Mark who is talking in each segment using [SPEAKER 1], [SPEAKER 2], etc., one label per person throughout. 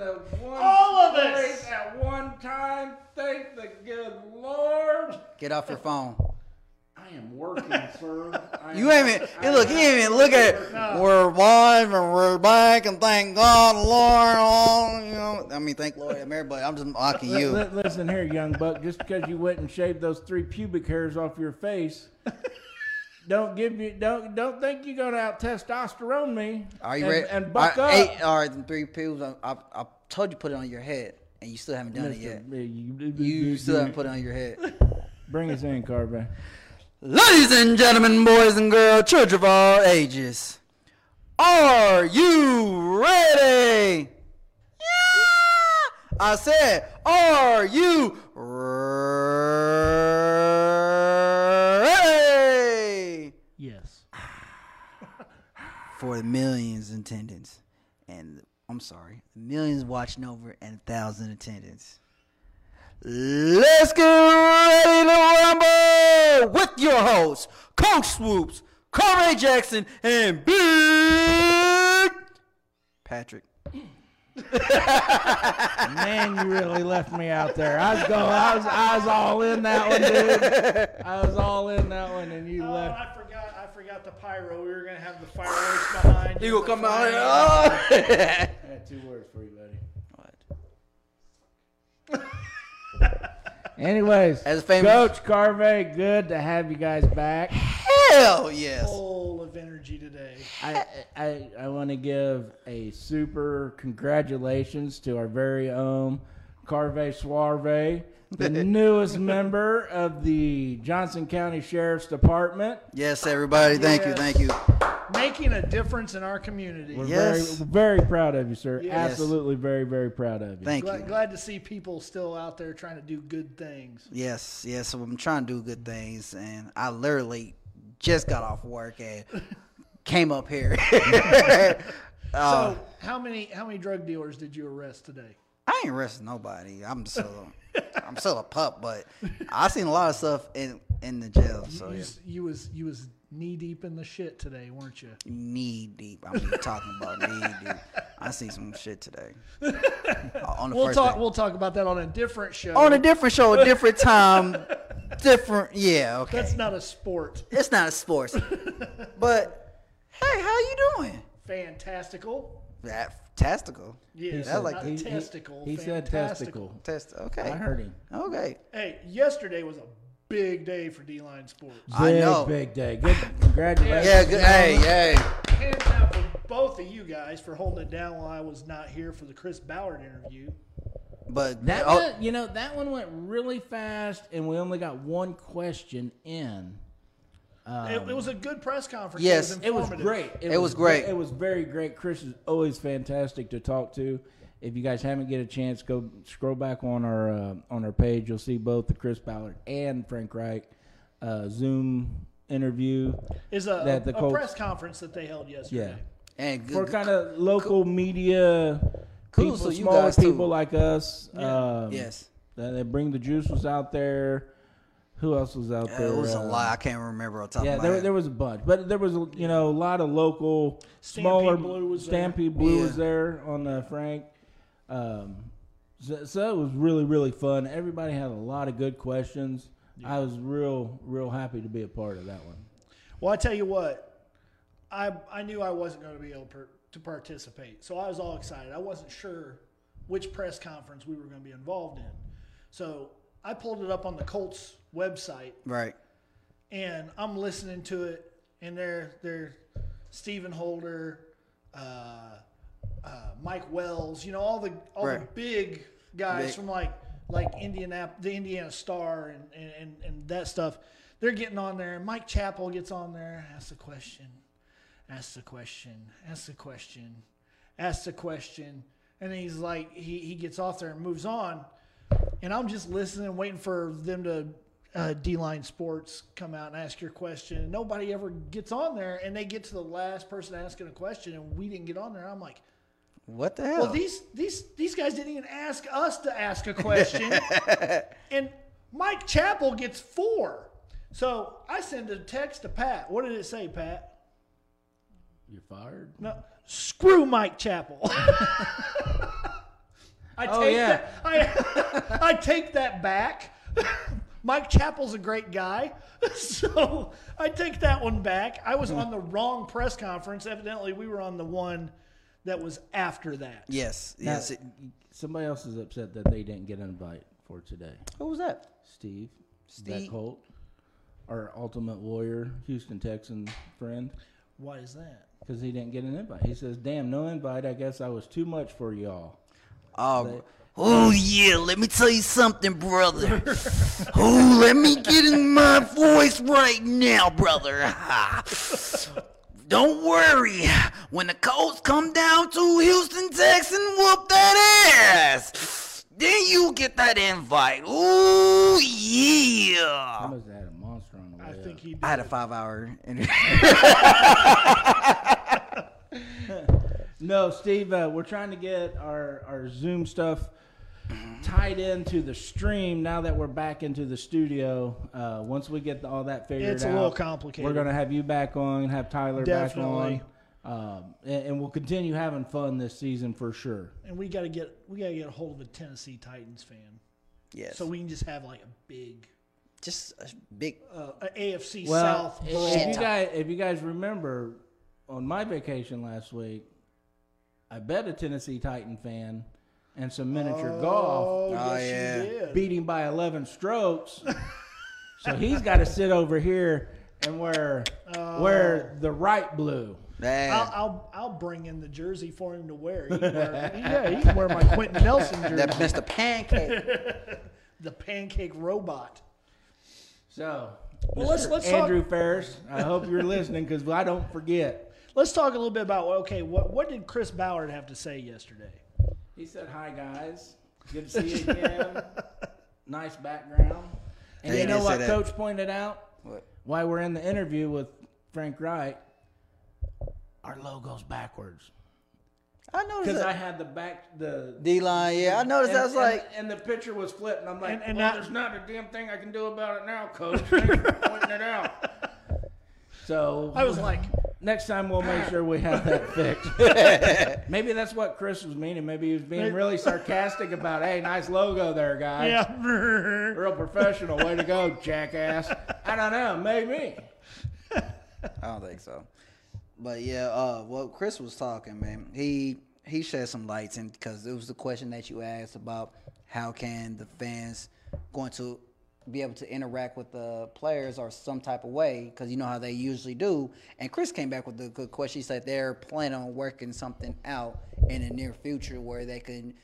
[SPEAKER 1] at one
[SPEAKER 2] All of
[SPEAKER 1] place
[SPEAKER 2] us.
[SPEAKER 1] at one time. Thank the good Lord.
[SPEAKER 3] Get off your phone.
[SPEAKER 1] I am working, sir. I
[SPEAKER 3] You
[SPEAKER 1] am-
[SPEAKER 3] ain't
[SPEAKER 1] I
[SPEAKER 3] even look.
[SPEAKER 1] am
[SPEAKER 3] You ain't even look at it. We're alive and we're back, and thank God, Lord. All you know. I mean, thank Lord, I'm everybody. I'm just mocking
[SPEAKER 4] Li-
[SPEAKER 3] you.
[SPEAKER 4] li- Listen here, young buck. Just because you went and shaved those three pubic hairs off your face, don't give you don't don't think you're gonna out testosterone me.
[SPEAKER 3] Are you
[SPEAKER 4] and,
[SPEAKER 3] ready?
[SPEAKER 4] And buck
[SPEAKER 3] I
[SPEAKER 4] up,
[SPEAKER 3] Ate, all right, three pills. I, I, I told you put it on your head, and you still haven't done it yet.
[SPEAKER 4] Mister, you-
[SPEAKER 3] You still haven't put it on your head.
[SPEAKER 4] Bring us in, Carvey.
[SPEAKER 3] Ladies and gentlemen, boys and girls, church of all ages, are you ready? Yeah! I said, are you ready?
[SPEAKER 4] Yes.
[SPEAKER 3] For the millions in attendance, and I'm sorry, millions watching over and thousand attendance. Let's get ready to rumble with your hosts, Coach Swoops, Corey Jackson, and Big Patrick.
[SPEAKER 4] Man, you really left me out there. I was going. I was. I was all in that one, dude. I was all in that one, and you
[SPEAKER 2] Oh,
[SPEAKER 4] left.
[SPEAKER 2] I forgot. I forgot the pyro. We were gonna have the fireworks behind.
[SPEAKER 3] You
[SPEAKER 2] you,
[SPEAKER 3] gonna come
[SPEAKER 2] the
[SPEAKER 3] out here?
[SPEAKER 2] flames.
[SPEAKER 3] Oh.
[SPEAKER 4] I had two words for you, buddy. Anyways,
[SPEAKER 3] As a famous-
[SPEAKER 4] Coach Carvey, good to have you guys back.
[SPEAKER 3] Hell yes.
[SPEAKER 2] Full of energy today.
[SPEAKER 4] I I, I want to give a super congratulations to our very own Carve Suarve, the newest member of the Johnson County Sheriff's Department.
[SPEAKER 3] Yes, everybody. Thank you. Thank you.
[SPEAKER 2] Making a difference in our community.
[SPEAKER 4] We're
[SPEAKER 3] Yes.
[SPEAKER 4] very, very proud of you, sir.
[SPEAKER 2] Yes.
[SPEAKER 4] Absolutely, very, very proud of you.
[SPEAKER 3] Thank you.
[SPEAKER 2] Glad, glad to see people still out there trying to do good things.
[SPEAKER 3] Yes, yes. I'm trying to do good things, and I literally just got off work and came up here. Uh,
[SPEAKER 2] so, how many how many drug dealers did you arrest today?
[SPEAKER 3] I ain't arresting nobody. I'm still, I'm still a pup, but I seen a lot of stuff in in the jail. So
[SPEAKER 2] you,
[SPEAKER 3] Oh, yeah.
[SPEAKER 2] s- you was you was knee deep in the shit today, weren't you?
[SPEAKER 3] knee deep. I'm mean, talking about knee deep. I seen some shit today. On the
[SPEAKER 2] We'll
[SPEAKER 3] first
[SPEAKER 2] talk
[SPEAKER 3] day.
[SPEAKER 2] we'll talk about that on a different show.
[SPEAKER 3] on a different show, a different time, different. Yeah, okay.
[SPEAKER 2] That's not a sport.
[SPEAKER 3] it's not a sports, but hey, how you doing?
[SPEAKER 2] Fantastical.
[SPEAKER 3] Fantastical.
[SPEAKER 2] Yes,
[SPEAKER 3] said-
[SPEAKER 2] not
[SPEAKER 3] He-
[SPEAKER 4] he-
[SPEAKER 2] testicle.
[SPEAKER 4] he said
[SPEAKER 2] fantastical.
[SPEAKER 4] testicle.
[SPEAKER 3] Test. Okay.
[SPEAKER 4] I heard him.
[SPEAKER 3] Okay.
[SPEAKER 2] Hey, yesterday was a big day for D line sports.
[SPEAKER 3] I know.
[SPEAKER 4] Big day. Good. Congratulations.
[SPEAKER 3] Yeah. Good. Hey. Hey.
[SPEAKER 2] Hands down for both of you guys for holding it down while I was not here for the Chris Ballard interview.
[SPEAKER 3] But
[SPEAKER 4] That
[SPEAKER 3] oh,
[SPEAKER 4] one, you know, that one went really fast, and we only got one question in.
[SPEAKER 2] it, it was a good press conference.
[SPEAKER 3] yes,
[SPEAKER 4] It was
[SPEAKER 2] informative.
[SPEAKER 4] great.
[SPEAKER 3] It was great.
[SPEAKER 4] It was very great. Chris is always fantastic to talk to. If you guys haven't get a chance, go scroll back on our uh, on our page. You'll see both the Chris Ballard and Frank Reich uh, Zoom interview.
[SPEAKER 2] Is a,
[SPEAKER 4] That the
[SPEAKER 2] a
[SPEAKER 4] Colts-
[SPEAKER 2] press conference that they held yesterday.
[SPEAKER 4] Yeah,
[SPEAKER 3] and good,
[SPEAKER 4] for kind of local media,
[SPEAKER 3] Cool,
[SPEAKER 4] people,
[SPEAKER 3] so you
[SPEAKER 4] smaller
[SPEAKER 3] guys too.
[SPEAKER 4] people like us. Um,
[SPEAKER 3] yes.
[SPEAKER 4] that they bring the juice was out there. Who else was out
[SPEAKER 3] Uh,
[SPEAKER 4] there?
[SPEAKER 3] it was a
[SPEAKER 4] Uh,
[SPEAKER 3] lot. I can't remember off the top
[SPEAKER 4] Yeah,
[SPEAKER 3] of my
[SPEAKER 4] there,
[SPEAKER 3] head.
[SPEAKER 4] there was a bunch, but there was you know a lot of local
[SPEAKER 2] Stampede
[SPEAKER 4] smaller
[SPEAKER 2] Blue was there.
[SPEAKER 4] Stampede Blue was
[SPEAKER 3] Yeah.
[SPEAKER 4] there on uh, Frank. Um, so, so it was really really fun. Everybody had a lot of good questions. I was real real happy to be a part of that one.
[SPEAKER 2] Well, I tell you what, I I knew I wasn't going to be able per, to participate, so I was all excited. I wasn't sure which press conference we were going to be involved in, so I pulled it up on the Colts website
[SPEAKER 3] right.
[SPEAKER 2] and I'm listening to it, and they're they're Stephen Holder, uh, uh, Mike Wells, you know all the all the
[SPEAKER 3] Right.
[SPEAKER 2] big guys
[SPEAKER 3] Big.
[SPEAKER 2] from like like Indianap the Indiana Star and, and, and, and that stuff. They're getting on there. and Mike Chappell gets on there, asks a question, asks a question, asks a question, asks a question, and he's like he, he gets off there and moves on and I'm just listening, waiting for them to uh, D line sports come out and ask your question. And nobody ever gets on there, and they get to the last person asking a question, and we didn't get on there. I'm like,
[SPEAKER 3] What the hell?
[SPEAKER 2] well, Oh, these these these guys didn't even ask us to ask a question, and Mike Chappell gets four. So I send a text to Pat. What did it say, Pat?
[SPEAKER 4] You're fired.
[SPEAKER 2] No, screw Mike Chappell. I
[SPEAKER 4] Oh,
[SPEAKER 2] take
[SPEAKER 4] yeah.
[SPEAKER 2] that. I, I take that back. Mike Chappell's a great guy, so I take that one back. I was on the wrong press conference. Evidently, we were on the one that was after that.
[SPEAKER 3] Yes.
[SPEAKER 4] Now,
[SPEAKER 3] Yes. it-
[SPEAKER 4] somebody else is upset that they didn't get an invite for today.
[SPEAKER 3] who was that?
[SPEAKER 4] Steve, Steve.
[SPEAKER 3] Steve.
[SPEAKER 4] Holt, our Ultimate Warrior, Houston Texan friend,
[SPEAKER 2] Why is that?
[SPEAKER 4] because he didn't get an invite. He says, "Damn, no invite. I guess I was too much for y'all."
[SPEAKER 3] Oh, oh yeah, let me tell you something, brother. oh, let me get in my voice right now, brother. Ha. Don't worry. When the Colts come down to Houston, Texas, and whoop that ass. Then you get that invite. Ooh,
[SPEAKER 4] I
[SPEAKER 3] yeah.
[SPEAKER 4] must have had a monster on the way
[SPEAKER 2] I
[SPEAKER 4] up.
[SPEAKER 2] think he did.
[SPEAKER 3] I had a five hour interview.
[SPEAKER 4] No, Steve, uh, we're trying to get our, our Zoom stuff tied into the stream now that we're back into the studio. Uh, once we get all that figured out,
[SPEAKER 2] It's a little complicated.
[SPEAKER 4] We're going to have you back on, have Tyler
[SPEAKER 2] Definitely.
[SPEAKER 4] back on. Um, and, and we'll continue having fun this season for sure.
[SPEAKER 2] and we gotta get we gotta get a hold of a Tennessee Titans fan,
[SPEAKER 3] Yes.
[SPEAKER 2] so we can just have like a big
[SPEAKER 3] just a big.
[SPEAKER 2] uh, a AFC
[SPEAKER 4] Well,
[SPEAKER 2] South.
[SPEAKER 4] if-
[SPEAKER 2] brawl.
[SPEAKER 4] if you guys if you guys remember on my vacation last week, I bet a Tennessee Titan fan and some miniature golf
[SPEAKER 2] Oh,
[SPEAKER 3] Oh,
[SPEAKER 2] yes, you
[SPEAKER 3] yeah.
[SPEAKER 2] did.
[SPEAKER 4] beating by 11 strokes. so he's got to sit over here and wear,
[SPEAKER 2] Oh.
[SPEAKER 4] wear the right blue.
[SPEAKER 3] Man.
[SPEAKER 2] I'll, I'll I'll bring in the jersey for him to wear. He can wear yeah, he can wear my Quentin Nelson jersey,
[SPEAKER 3] that Mr. Pancake.
[SPEAKER 2] the pancake robot.
[SPEAKER 4] So,
[SPEAKER 2] Well,
[SPEAKER 4] Mr.
[SPEAKER 2] let's- let's talk-
[SPEAKER 4] Andrew Ferris, I hope you're listening because I don't forget.
[SPEAKER 2] Let's talk a little bit about okay, what what did Chris Ballard have to say yesterday?
[SPEAKER 4] He said, Hi, guys. Good to see you again. nice background. And
[SPEAKER 3] Hey,
[SPEAKER 4] you know
[SPEAKER 3] they
[SPEAKER 4] what,
[SPEAKER 3] said that.
[SPEAKER 4] Coach pointed out?
[SPEAKER 3] What?
[SPEAKER 4] Why we're in the interview with Frank Wright. Our logo's backwards.
[SPEAKER 3] I noticed
[SPEAKER 4] Because
[SPEAKER 3] that.
[SPEAKER 4] I had the back, the
[SPEAKER 3] D line, yeah. I noticed. I was like,
[SPEAKER 4] and the picture was flipped, and I'm like,
[SPEAKER 2] And- and
[SPEAKER 4] well,
[SPEAKER 2] that-
[SPEAKER 4] there's not a damn thing I can do about it now, Coach. Thanks for pointing it out. So
[SPEAKER 2] I was like,
[SPEAKER 4] next time we'll make sure we have that fixed. maybe that's what Chris was meaning. Maybe he was being really sarcastic about, hey, nice logo there, guy.
[SPEAKER 2] yeah,
[SPEAKER 4] Real professional. Way to go, jackass. I don't know. Maybe.
[SPEAKER 3] I don't think so. But yeah, uh, what Chris was talking, man, he he shed some lights in because it was the question that you asked about how can the fans going to be able to interact with the players or some type of way because you know how they usually do. And Chris came back with a good question. He said they're planning on working something out in the near future where they can.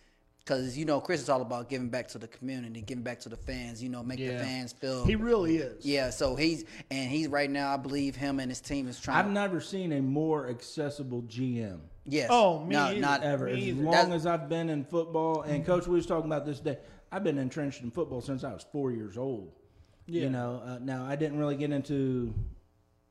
[SPEAKER 3] Because you know, Chris is all about giving back to the community, giving back to the fans. You know, make the
[SPEAKER 2] Yeah.
[SPEAKER 3] fans feel.
[SPEAKER 2] he really is.
[SPEAKER 3] yeah, so he's and he's right now. I believe him and his team is trying.
[SPEAKER 4] I've never seen a more accessible GM.
[SPEAKER 3] Yes.
[SPEAKER 2] Oh, me
[SPEAKER 3] No,
[SPEAKER 2] either.
[SPEAKER 3] not
[SPEAKER 4] ever.
[SPEAKER 2] Me
[SPEAKER 4] As
[SPEAKER 2] either. Mm-hmm.
[SPEAKER 4] long
[SPEAKER 3] That's-
[SPEAKER 4] as I've been in football, and Coach, we was talking about this day. I've been entrenched in football since I was four years old.
[SPEAKER 2] Yeah.
[SPEAKER 4] You know, uh, now I didn't really get into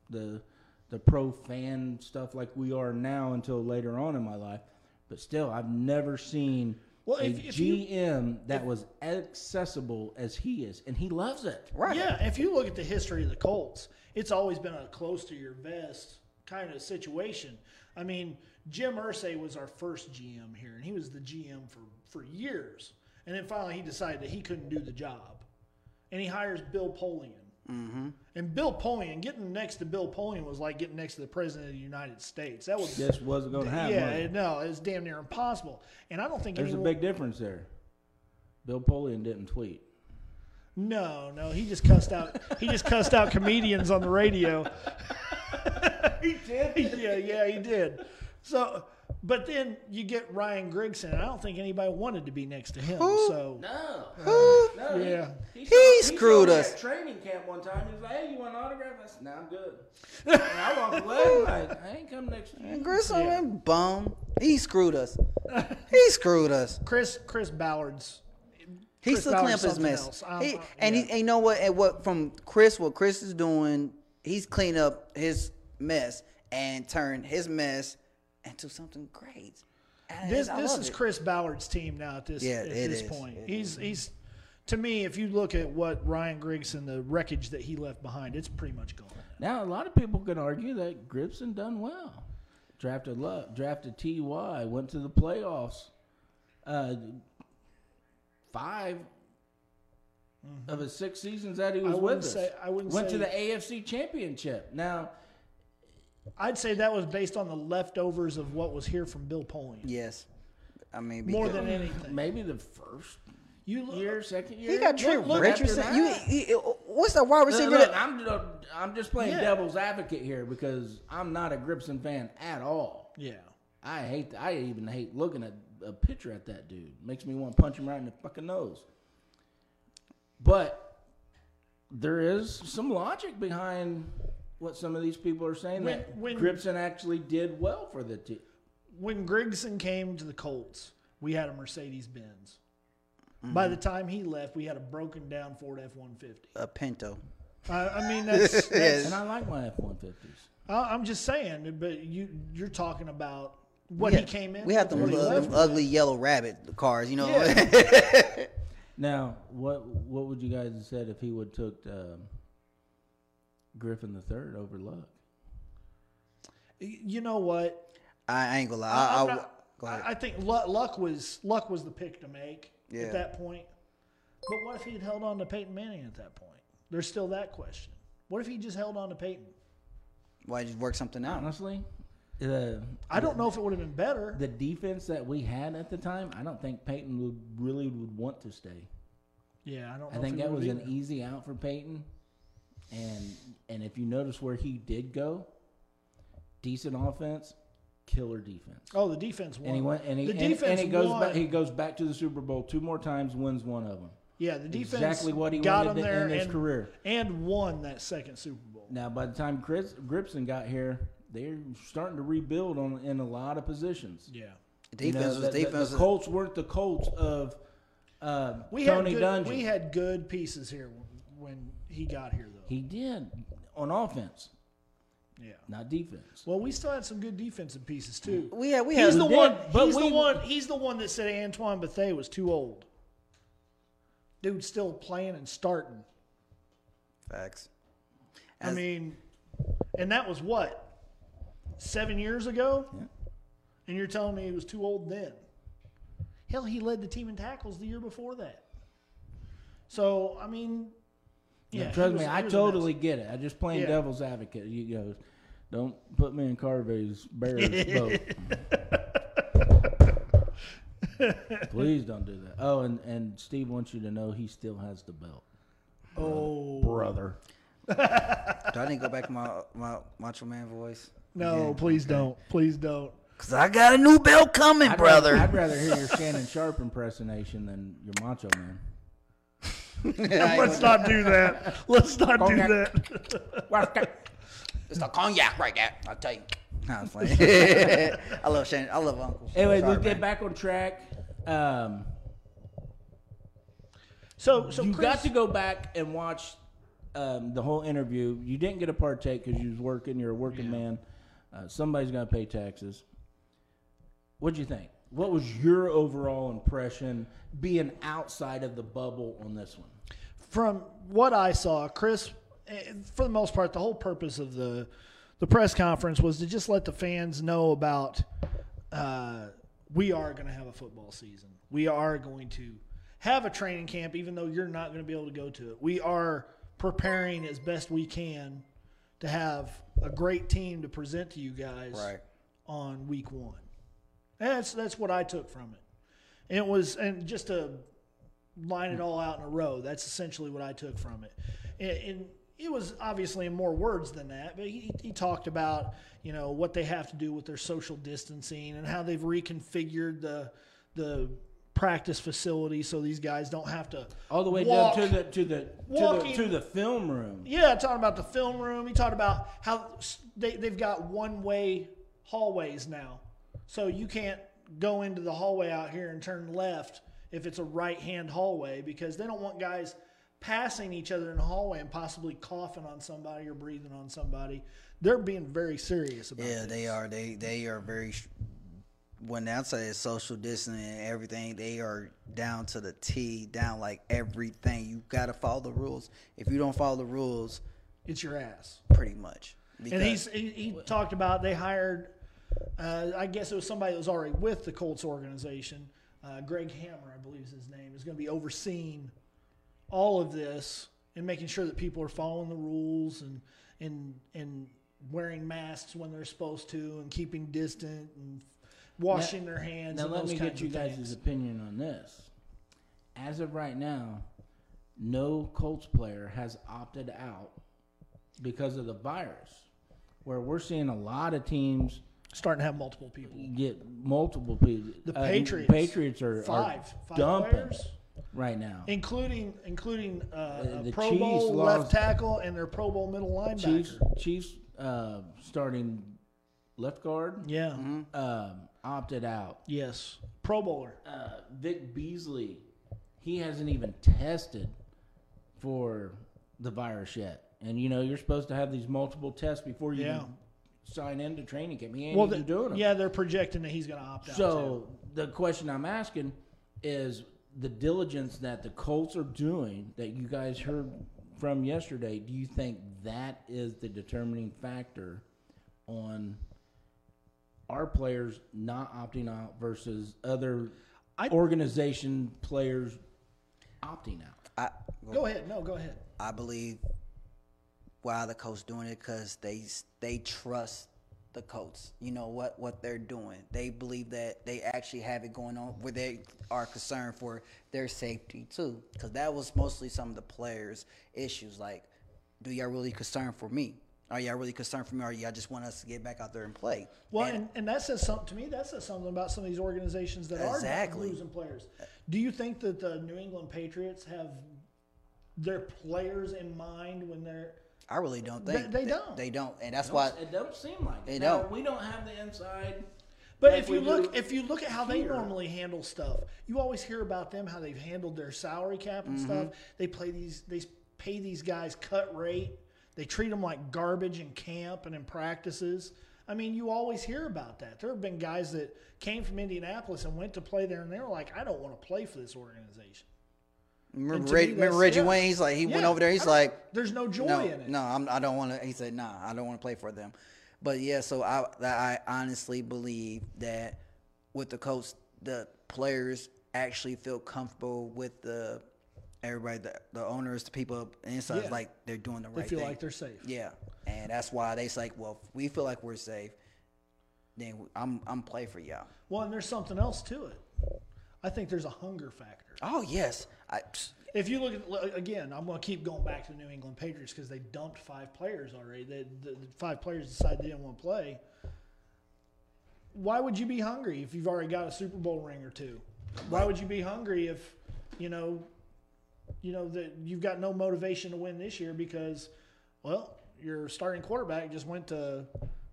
[SPEAKER 4] the the pro fan stuff like we are now until later on in my life, but still, I've never seen
[SPEAKER 2] Well,
[SPEAKER 4] a
[SPEAKER 2] if- if you-
[SPEAKER 4] GM that was accessible as he is, and he loves it.
[SPEAKER 3] Right.
[SPEAKER 2] Yeah, if you look at the history of the Colts, it's always been a close to your vest kind of situation. I mean, Jim Ursay was our first GM here, and he was the GM for, for years. And then finally, he decided that he couldn't do the job, and he hires Bill Polian. Mm-hmm. And Bill Polian, getting next to Bill Polian was like getting next to the president of the United States. That was
[SPEAKER 4] This wasn't going to happen.
[SPEAKER 2] yeah, no, it's damn near impossible. And I don't think
[SPEAKER 4] There's a
[SPEAKER 2] anyone,
[SPEAKER 4] big difference there. Bill Polian didn't tweet.
[SPEAKER 2] No, no, he just cussed out. He just cussed out comedians on the radio. he did. Yeah, yeah, he did. So, but then you get Ryan Grigson. and I don't think anybody wanted to be next to him. So,
[SPEAKER 4] No.
[SPEAKER 2] he- Yeah.
[SPEAKER 4] He,
[SPEAKER 3] He showed- he screwed showed me us. at
[SPEAKER 4] training camp one time. He was like, "Hey, you want an autograph?" I said, "No, I'm good." and I walked away. Like, I ain't coming next to
[SPEAKER 3] And
[SPEAKER 4] you.
[SPEAKER 3] Grissom and Bum, he screwed us. he screwed us.
[SPEAKER 2] Chris Chris Ballard's.
[SPEAKER 3] He
[SPEAKER 2] Chris
[SPEAKER 3] still cleaning
[SPEAKER 2] Ballard's
[SPEAKER 3] up his
[SPEAKER 2] something
[SPEAKER 3] mess.
[SPEAKER 2] else. Um,
[SPEAKER 3] he,
[SPEAKER 2] uh,
[SPEAKER 3] and he,
[SPEAKER 2] yeah.
[SPEAKER 3] and you know what? And what from Chris, what Chris is doing, he's cleaning up his mess and turned his mess into something great. And
[SPEAKER 2] This
[SPEAKER 3] I
[SPEAKER 2] this
[SPEAKER 3] love
[SPEAKER 2] is
[SPEAKER 3] it.
[SPEAKER 2] Chris Ballard's team now at this
[SPEAKER 3] Yeah,
[SPEAKER 2] at
[SPEAKER 3] it
[SPEAKER 2] this
[SPEAKER 3] is.
[SPEAKER 2] point.
[SPEAKER 3] It
[SPEAKER 2] he's he's to me, if you look at what Ryan Grigson, the wreckage that he left behind, it's pretty much gone.
[SPEAKER 4] Now, a lot of people can argue that Gibson done well. Drafted Love, drafted Ty, went to the playoffs. Uh, 5 of his six seasons that he was with
[SPEAKER 2] wouldn't
[SPEAKER 4] us.
[SPEAKER 2] say- Mm-hmm. I wouldn't
[SPEAKER 4] went to
[SPEAKER 2] say-
[SPEAKER 4] the AFC Championship. Now,
[SPEAKER 2] I'd say that was based on the leftovers of what was here from Bill Polian.
[SPEAKER 3] Yes. I mean,
[SPEAKER 2] More
[SPEAKER 3] because-
[SPEAKER 2] than anything.
[SPEAKER 4] maybe the first
[SPEAKER 2] You look,
[SPEAKER 4] year, second year.
[SPEAKER 3] He got Trent
[SPEAKER 4] Look, look,
[SPEAKER 3] Richardson.
[SPEAKER 4] after
[SPEAKER 3] You,
[SPEAKER 4] that-
[SPEAKER 3] he- he- what's the wide
[SPEAKER 4] Look,
[SPEAKER 3] receiver?
[SPEAKER 4] look,
[SPEAKER 3] that-
[SPEAKER 4] I'm ju- I'm just playing
[SPEAKER 2] Yeah.
[SPEAKER 4] devil's advocate here because I'm not a Gripson fan at all.
[SPEAKER 2] yeah.
[SPEAKER 4] I hate. I even hate looking at a picture at that dude. Makes me want to punch him right in the fucking nose. But there is some logic behind what some of these people are saying
[SPEAKER 2] When-
[SPEAKER 4] that
[SPEAKER 2] when-
[SPEAKER 4] Gripson actually did well for the team.
[SPEAKER 2] When Grigson came to the Colts, we had a Mercedes Benz.
[SPEAKER 3] Mm-hmm.
[SPEAKER 2] By the time he left, we had a broken down Ford F one fifty.
[SPEAKER 3] a uh, Pinto.
[SPEAKER 2] I I mean, that's, that's
[SPEAKER 4] And I like my F one fifties.
[SPEAKER 2] I- I'm just saying. But you you're talking about what
[SPEAKER 3] Yeah.
[SPEAKER 2] he came in.
[SPEAKER 3] We have
[SPEAKER 2] with,
[SPEAKER 3] them,
[SPEAKER 2] what he
[SPEAKER 3] uh,
[SPEAKER 2] left
[SPEAKER 3] them ugly yellow rabbit cars, you know.
[SPEAKER 2] Yeah.
[SPEAKER 4] Now, what what would you guys have said if he would took um, Griffin the third over Luck?
[SPEAKER 2] with. You know what?
[SPEAKER 3] I, I ain't gonna lie.
[SPEAKER 2] I,
[SPEAKER 3] I,
[SPEAKER 2] I'm
[SPEAKER 3] I,
[SPEAKER 2] not-
[SPEAKER 3] go ahead.
[SPEAKER 2] I- I think luck, luck was luck was the pick to make
[SPEAKER 3] Yeah.
[SPEAKER 2] at that point. But what if he'd held on to Peyton Manning at that point? There's still that question. What if he just held on to Peyton?
[SPEAKER 3] Why just work something out?
[SPEAKER 4] Honestly, uh,
[SPEAKER 2] I don't know if it would have been better.
[SPEAKER 4] the defense that we had at the time, I don't think Peyton would really would want to stay.
[SPEAKER 2] yeah, I don't.
[SPEAKER 4] I
[SPEAKER 2] Know
[SPEAKER 4] think
[SPEAKER 2] if he
[SPEAKER 4] that was
[SPEAKER 2] would've
[SPEAKER 4] an
[SPEAKER 2] either.
[SPEAKER 4] easy out for Peyton. And and if you notice where he did go, decent offense, killer defense.
[SPEAKER 2] Oh, the defense won.
[SPEAKER 4] And he went and he
[SPEAKER 2] the
[SPEAKER 4] and,
[SPEAKER 2] defense
[SPEAKER 4] and he goes
[SPEAKER 2] won.
[SPEAKER 4] back he goes back to the Super Bowl two more times, wins one of them.
[SPEAKER 2] yeah, the defense
[SPEAKER 4] exactly what he
[SPEAKER 2] got
[SPEAKER 4] wanted
[SPEAKER 2] him
[SPEAKER 4] to
[SPEAKER 2] there
[SPEAKER 4] end his
[SPEAKER 2] and,
[SPEAKER 4] career.
[SPEAKER 2] and won that second Super Bowl.
[SPEAKER 4] Now by the time Chris Gripson got here, they're starting to rebuild on in a lot of positions.
[SPEAKER 2] Yeah,
[SPEAKER 4] You know,
[SPEAKER 3] Defense
[SPEAKER 4] the-
[SPEAKER 3] was
[SPEAKER 4] the,
[SPEAKER 3] defense.
[SPEAKER 4] The
[SPEAKER 3] was,
[SPEAKER 4] Colts weren't the Colts of uh,
[SPEAKER 2] we
[SPEAKER 4] Tony
[SPEAKER 2] had good,
[SPEAKER 4] Dungy.
[SPEAKER 2] we had good pieces here when, when he got here though.
[SPEAKER 4] he did on offense,
[SPEAKER 2] yeah.
[SPEAKER 4] not defense.
[SPEAKER 2] Well, we still had some good defensive pieces too.
[SPEAKER 3] we had. We had.
[SPEAKER 2] He's the
[SPEAKER 4] we did,
[SPEAKER 2] one.
[SPEAKER 4] but
[SPEAKER 2] he's
[SPEAKER 4] we-
[SPEAKER 2] the one. He's the one that said Antoine Bethea was too old. Dude's still playing and starting.
[SPEAKER 3] facts.
[SPEAKER 2] I
[SPEAKER 3] As-
[SPEAKER 2] mean, and that was what seven years ago. And you're telling me he was too old then? Hell, he led the team in tackles the year before that. So I mean, yeah.
[SPEAKER 4] Yeah,
[SPEAKER 2] he
[SPEAKER 4] trust
[SPEAKER 2] was-
[SPEAKER 4] me,
[SPEAKER 2] he
[SPEAKER 4] I
[SPEAKER 2] was a mess.
[SPEAKER 4] totally get it. I just playing
[SPEAKER 2] Yeah.
[SPEAKER 4] devil's advocate. You know, don't put me in Carvey's Bears boat. Please don't do that. Oh, and, and Steve wants you to know he still has the belt.
[SPEAKER 2] Oh
[SPEAKER 4] Brother.
[SPEAKER 3] do I need to go back to my my Macho Man voice?
[SPEAKER 2] no! Please don't. Please don't.
[SPEAKER 3] Cause I got a new belt coming,
[SPEAKER 4] I'd
[SPEAKER 3] brother.
[SPEAKER 4] Rather, I'd rather hear your Shannon Sharp impersonation than your Macho Man.
[SPEAKER 2] Let's not do that. Let's not do
[SPEAKER 4] Okay.
[SPEAKER 2] that.
[SPEAKER 3] it's the cognac right there. I'll tell you. Nah, I'm playing. I love Shane. I love Uncle.
[SPEAKER 4] anyway,
[SPEAKER 3] Sorry,
[SPEAKER 4] we get
[SPEAKER 3] man.
[SPEAKER 4] back on track. Um,
[SPEAKER 2] So, so
[SPEAKER 4] you
[SPEAKER 2] Chris,
[SPEAKER 4] got to go back and watch um, the whole interview. You didn't get a partake because you was working. You're a working man. Uh, somebody's got to pay taxes. What'd you think? What was your overall impression being outside of the bubble on this one?
[SPEAKER 2] from what I saw, Chris, eh, for the most part, the whole purpose of the the press conference was to just let the fans know about uh, we are going to have a football season. We are going to have a training camp, even though you're not going to be able to go to it. We are preparing as best we can to have a great team to present to you guys
[SPEAKER 3] Right.
[SPEAKER 2] on week one. And that's that's what I took from it. And it was and just to line it all out in a row. That's essentially what I took from it. And, and it was obviously in more words than that, but he, he talked about you know what they have to do with their social distancing and how they've reconfigured the the practice facility so these guys don't have to
[SPEAKER 4] All the way
[SPEAKER 2] walk.
[SPEAKER 4] down to the to the to, the
[SPEAKER 2] Walking.
[SPEAKER 4] to the film room.
[SPEAKER 2] Yeah, talking about the film room. He talked about how s- they, they've got one way hallways now. So you can't go into the hallway out here and turn left if it's a right hand hallway because they don't want guys passing each other in the hallway and possibly coughing on somebody or breathing on somebody. They're being very serious about
[SPEAKER 3] Yeah,
[SPEAKER 2] this.
[SPEAKER 3] they are. They they are very. sh- When outside is social distancing and everything, they are down to the T, down like everything. You got to follow the rules. If you don't follow the rules,
[SPEAKER 2] It's your ass.
[SPEAKER 3] pretty much. Because,
[SPEAKER 2] And he's he, he talked about they hired, uh, I guess it was somebody that was already with the Colts organization uh, Greg Hammer, I believe is his name, is going to be overseeing all of this and making sure that people are following the rules and and and wearing masks when they're supposed to and keeping distant and washing their hands.
[SPEAKER 4] Now
[SPEAKER 2] and
[SPEAKER 4] let
[SPEAKER 2] those
[SPEAKER 4] me
[SPEAKER 2] kinds
[SPEAKER 4] get you
[SPEAKER 2] of
[SPEAKER 4] guys'
[SPEAKER 2] things.
[SPEAKER 4] opinion on this. As of right now, no Colts player has opted out because of the virus. Where we're seeing a lot of teams
[SPEAKER 2] starting to have multiple people.
[SPEAKER 4] get multiple people.
[SPEAKER 2] The Patriots.
[SPEAKER 4] Patriots are are
[SPEAKER 2] Five, five
[SPEAKER 4] dumping
[SPEAKER 2] players,
[SPEAKER 4] right now.
[SPEAKER 2] including including uh,
[SPEAKER 4] The- the
[SPEAKER 2] a Pro
[SPEAKER 4] Chiefs
[SPEAKER 2] Bowl
[SPEAKER 4] lost-
[SPEAKER 2] left tackle and their Pro Bowl middle linebacker.
[SPEAKER 4] Chiefs, Chiefs uh, starting left guard
[SPEAKER 2] Yeah.
[SPEAKER 4] um, opted out.
[SPEAKER 2] Yes. Pro Bowler.
[SPEAKER 4] uh, Vic Beasley, he hasn't even tested for the virus yet. And you know, you're supposed to have these multiple tests before you
[SPEAKER 2] Yeah.
[SPEAKER 4] even sign into training camp. He ain't
[SPEAKER 2] Well,
[SPEAKER 4] even
[SPEAKER 2] the-
[SPEAKER 4] doing it.
[SPEAKER 2] yeah, they're projecting that he's going to opt out. too.
[SPEAKER 4] So the question I'm asking is the diligence that the Colts are doing that you guys heard from yesterday. Do you think that is the determining factor on our players not opting out versus other
[SPEAKER 2] I-
[SPEAKER 4] organization players opting out?
[SPEAKER 3] I,
[SPEAKER 2] go ahead. No, go ahead.
[SPEAKER 3] I believe why the coach doing it because they they trust the Colts. You know what what they're doing. They believe that they actually have it going on where they are concerned for their safety too. Because that was mostly some of the players' issues. Like, do y'all really concerned for me? Are y'all really concerned for me? Or y'all just want us to get back out there and play?
[SPEAKER 2] Well, and, and that says something to me. That says something about some of these organizations that
[SPEAKER 3] Exactly.
[SPEAKER 2] are losing players. Do you think that the New England Patriots have their players in mind when they're?
[SPEAKER 3] I really don't
[SPEAKER 2] They-
[SPEAKER 3] think
[SPEAKER 2] they
[SPEAKER 3] that-
[SPEAKER 2] don't.
[SPEAKER 3] They don't, and that's why.
[SPEAKER 4] it don't seem like it.
[SPEAKER 3] They
[SPEAKER 4] Now,
[SPEAKER 3] don't.
[SPEAKER 4] We don't have the inside.
[SPEAKER 2] But
[SPEAKER 4] like
[SPEAKER 2] if
[SPEAKER 4] we
[SPEAKER 2] you look,
[SPEAKER 4] do
[SPEAKER 2] if you look at how they
[SPEAKER 4] here.
[SPEAKER 2] normally handle stuff, you always hear about them how they've handled their salary cap and stuff.
[SPEAKER 4] Mm-hmm.
[SPEAKER 2] They play these, they pay these guys cut rate. They treat them like garbage in camp and in practices. I mean, you always hear about that. There have been guys that came from Indianapolis and went to play there, and they were like, "I don't want to play for this organization."
[SPEAKER 3] Remember,
[SPEAKER 2] to
[SPEAKER 3] Reg-
[SPEAKER 2] me,
[SPEAKER 3] remember
[SPEAKER 2] that's-
[SPEAKER 3] Reggie
[SPEAKER 2] yeah.
[SPEAKER 3] Wayne? He's like he went
[SPEAKER 2] Yeah,
[SPEAKER 3] over there.
[SPEAKER 2] I
[SPEAKER 3] He's
[SPEAKER 2] don't-
[SPEAKER 3] like,
[SPEAKER 2] "There's no joy
[SPEAKER 3] no,
[SPEAKER 2] in it."
[SPEAKER 3] No, I'm, I don't want to. He said, nah, I don't want to play for them. But yeah, so I, that I honestly believe that with the coach, the players actually feel comfortable with the everybody, the, the owners, the people inside,
[SPEAKER 2] Yeah.
[SPEAKER 3] like they're doing the
[SPEAKER 2] they
[SPEAKER 3] right
[SPEAKER 2] feel
[SPEAKER 3] thing.
[SPEAKER 2] like they're safe.
[SPEAKER 3] yeah, and that's why they's like, well, if we feel like we're safe, then I'm I'm play for y'all.
[SPEAKER 2] Well, and there's something else to it. I think there's a hunger factor.
[SPEAKER 3] Oh yes, I
[SPEAKER 2] If you look at look, again, I'm going to keep going back to the New England Patriots because they dumped five players already. They, the, the five players decided they didn't want to play. Why would you be hungry if you've already got a Super Bowl ring or two? Why would you be hungry if you know, you know that you've got no motivation to win this year because, well, your starting quarterback just went to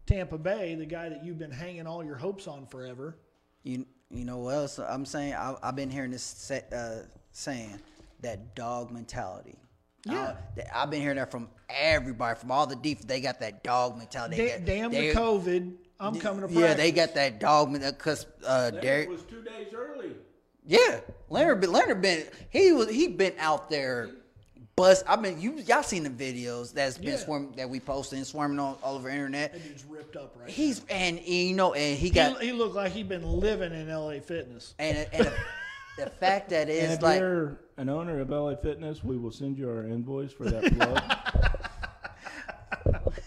[SPEAKER 2] Tampa Bay, the guy that you've been hanging all your hopes on forever.
[SPEAKER 3] You you know what else I'm saying? I, I've been hearing this say, uh, saying that dog mentality. I don't-
[SPEAKER 2] Yeah.
[SPEAKER 3] that- I've been hearing that from everybody, from all the defense. They got that dog mentality. They
[SPEAKER 2] Da-
[SPEAKER 3] got-
[SPEAKER 2] damn
[SPEAKER 3] they-
[SPEAKER 2] the COVID! I'm coming to practice.
[SPEAKER 3] Yeah, they got that dog because uh, Derek.
[SPEAKER 4] was two days early.
[SPEAKER 3] Yeah, Leonard. Been, Leonard been he was he been out there. Bust. I mean, you y'all seen the videos that's been
[SPEAKER 2] Yeah.
[SPEAKER 3] swarm that we posted and swarming all, all over internet.
[SPEAKER 2] That dude's ripped up right.
[SPEAKER 3] He's and, you know and he got
[SPEAKER 2] he, he looked like he'd been living in LA Fitness.
[SPEAKER 3] and and the fact that
[SPEAKER 4] And
[SPEAKER 3] it's
[SPEAKER 4] if
[SPEAKER 3] like
[SPEAKER 4] you're an owner of LA Fitness, we will send you our invoice for that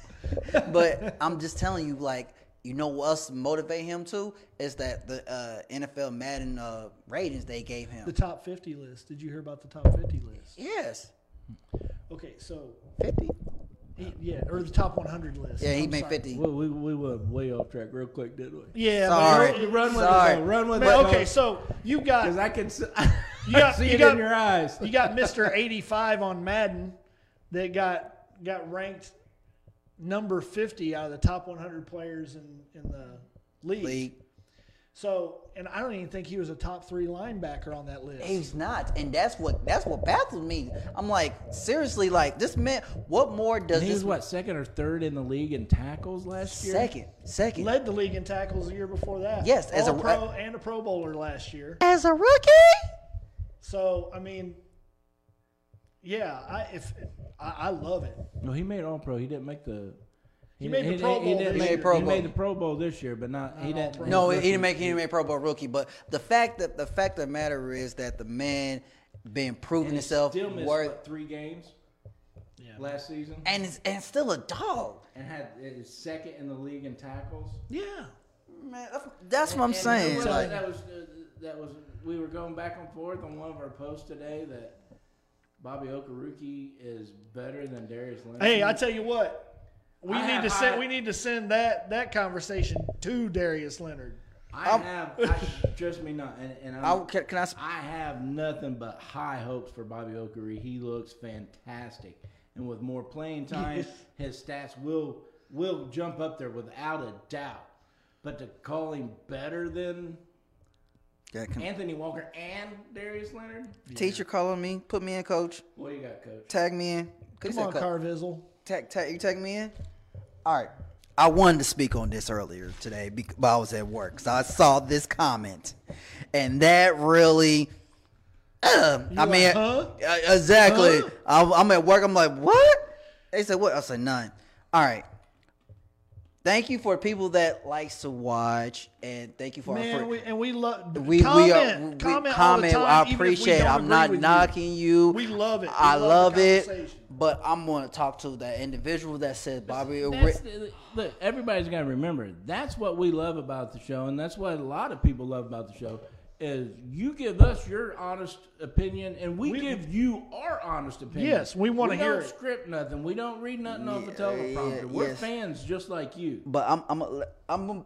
[SPEAKER 4] plug.
[SPEAKER 3] but I'm just telling you, like, you know what else motivate him too is that the uh, NFL Madden uh, ratings they gave
[SPEAKER 2] The
[SPEAKER 3] him.
[SPEAKER 2] top 50 list. Did you hear about the top 50 list?
[SPEAKER 3] Yes,
[SPEAKER 2] Okay, so
[SPEAKER 3] fifty.
[SPEAKER 2] he, yeah, or the top 100 list.
[SPEAKER 3] Yeah, he
[SPEAKER 2] I'm
[SPEAKER 3] made
[SPEAKER 2] sorry.
[SPEAKER 3] fifty.
[SPEAKER 4] Well, we, we went way off track real quick, didn't we?
[SPEAKER 2] Yeah,
[SPEAKER 3] Sorry.
[SPEAKER 2] but it-
[SPEAKER 4] Run with
[SPEAKER 3] Sorry.
[SPEAKER 4] it. though. Run with
[SPEAKER 2] but
[SPEAKER 4] it.
[SPEAKER 2] okay, so you
[SPEAKER 4] because
[SPEAKER 2] got
[SPEAKER 4] I can s-
[SPEAKER 2] You got-
[SPEAKER 4] see
[SPEAKER 2] you
[SPEAKER 4] it
[SPEAKER 2] got-
[SPEAKER 4] in your eyes.
[SPEAKER 2] you got Mr. 85 on Madden that got got ranked number 50 out of the top 100 players in in the
[SPEAKER 3] League.
[SPEAKER 2] So, and I don't even think he was a top three linebacker on that list.
[SPEAKER 3] He's not, and that's what that's what baffles me. I'm like, seriously, like this man. What more does
[SPEAKER 4] he
[SPEAKER 3] this
[SPEAKER 4] was what second or third in the league in tackles last year.
[SPEAKER 3] second, second
[SPEAKER 2] Led the league in tackles the year before that.
[SPEAKER 3] Yes, as
[SPEAKER 2] as
[SPEAKER 3] a-
[SPEAKER 2] a pro and a Pro Bowler last year.
[SPEAKER 3] as a rookie?
[SPEAKER 2] So I mean, yeah, I if I, I love it.
[SPEAKER 4] No, he made All Pro. He didn't make the.
[SPEAKER 2] He made the Pro Bowl
[SPEAKER 4] didn't
[SPEAKER 2] this
[SPEAKER 4] make-
[SPEAKER 3] year. Made Pro
[SPEAKER 4] he
[SPEAKER 3] Bowl.
[SPEAKER 4] made the Pro Bowl this year, but not. he
[SPEAKER 2] Not all
[SPEAKER 4] didn't.
[SPEAKER 2] Pro
[SPEAKER 3] No, he didn't make he didn't make Pro Bowl rookie. But the fact that the fact of the matter is that the man been proving
[SPEAKER 4] And he
[SPEAKER 3] himself
[SPEAKER 4] Still missed
[SPEAKER 3] worth,
[SPEAKER 4] what, three games
[SPEAKER 2] Yeah.
[SPEAKER 4] last season,
[SPEAKER 3] and is, and still a dog.
[SPEAKER 4] and had is second in the league in tackles.
[SPEAKER 2] Yeah.
[SPEAKER 3] Man, that's, that's what I'm
[SPEAKER 4] And
[SPEAKER 3] saying.
[SPEAKER 4] that was-
[SPEAKER 3] Like,
[SPEAKER 4] that was uh, that was we were going back and forth on one of our posts today that Bobby Okeruki is better than Darius Leonard.
[SPEAKER 2] Hey, I tell you what, we
[SPEAKER 4] I
[SPEAKER 2] need
[SPEAKER 4] have-
[SPEAKER 2] to send
[SPEAKER 4] I-
[SPEAKER 2] we need to send that that conversation to Darius Leonard.
[SPEAKER 4] I
[SPEAKER 3] I'm-
[SPEAKER 4] have I, trust me not, and, and
[SPEAKER 3] I,
[SPEAKER 4] I'm,
[SPEAKER 3] can, can I? s-
[SPEAKER 4] I have nothing but high hopes for Bobby Okery. He looks fantastic, and with more playing time, his stats will will jump up there without a doubt. But to call him better than
[SPEAKER 3] yeah, can-
[SPEAKER 4] Anthony Walker and Darius Leonard,
[SPEAKER 3] Teacher calling me, put me in, coach.
[SPEAKER 4] what do you got, Coach?
[SPEAKER 3] Tag me in. He
[SPEAKER 2] Come
[SPEAKER 3] said
[SPEAKER 2] on,
[SPEAKER 3] co-
[SPEAKER 2] Carvizzle.
[SPEAKER 3] Tag, tag, you tag me in? All right. I wanted to speak on this earlier today, bec- but I was at work, so I saw this comment, and that really. Uh, I
[SPEAKER 2] like,
[SPEAKER 3] mean,
[SPEAKER 2] huh?
[SPEAKER 3] uh, exactly.
[SPEAKER 2] Huh?
[SPEAKER 3] I, I'm at work. I'm like, what? They said what? I said none. All right. Thank you for people that likes to watch, and thank you for our
[SPEAKER 2] Man,
[SPEAKER 3] fr-
[SPEAKER 2] we, and we love
[SPEAKER 3] we
[SPEAKER 2] comment,
[SPEAKER 3] we, are, we
[SPEAKER 2] comment,
[SPEAKER 3] comment.
[SPEAKER 2] all the time, even
[SPEAKER 3] I
[SPEAKER 2] if we
[SPEAKER 3] appreciate. it.
[SPEAKER 2] don't agree
[SPEAKER 3] I'm not
[SPEAKER 2] with you.
[SPEAKER 3] knocking you.
[SPEAKER 2] We love it. We
[SPEAKER 3] I
[SPEAKER 2] love
[SPEAKER 3] love,
[SPEAKER 2] the
[SPEAKER 3] it.
[SPEAKER 2] conversation.
[SPEAKER 3] But I'm going to talk to that individual that said Bobby.
[SPEAKER 4] That's
[SPEAKER 3] Ori-
[SPEAKER 4] the- look, everybody's got to remember that's what we love about the show, and that's what a lot of people love about the show. Is you give us your honest opinion, and we,
[SPEAKER 2] We-
[SPEAKER 4] give you our honest opinion.
[SPEAKER 2] Yes, we wanna hear
[SPEAKER 4] don't
[SPEAKER 2] it.
[SPEAKER 4] script nothing. We don't read nothing off a
[SPEAKER 3] Yeah,
[SPEAKER 4] teleprompter.
[SPEAKER 3] yeah,
[SPEAKER 4] We're
[SPEAKER 3] yes.
[SPEAKER 4] fans just like you.
[SPEAKER 3] But I'm I'm a, I'm a,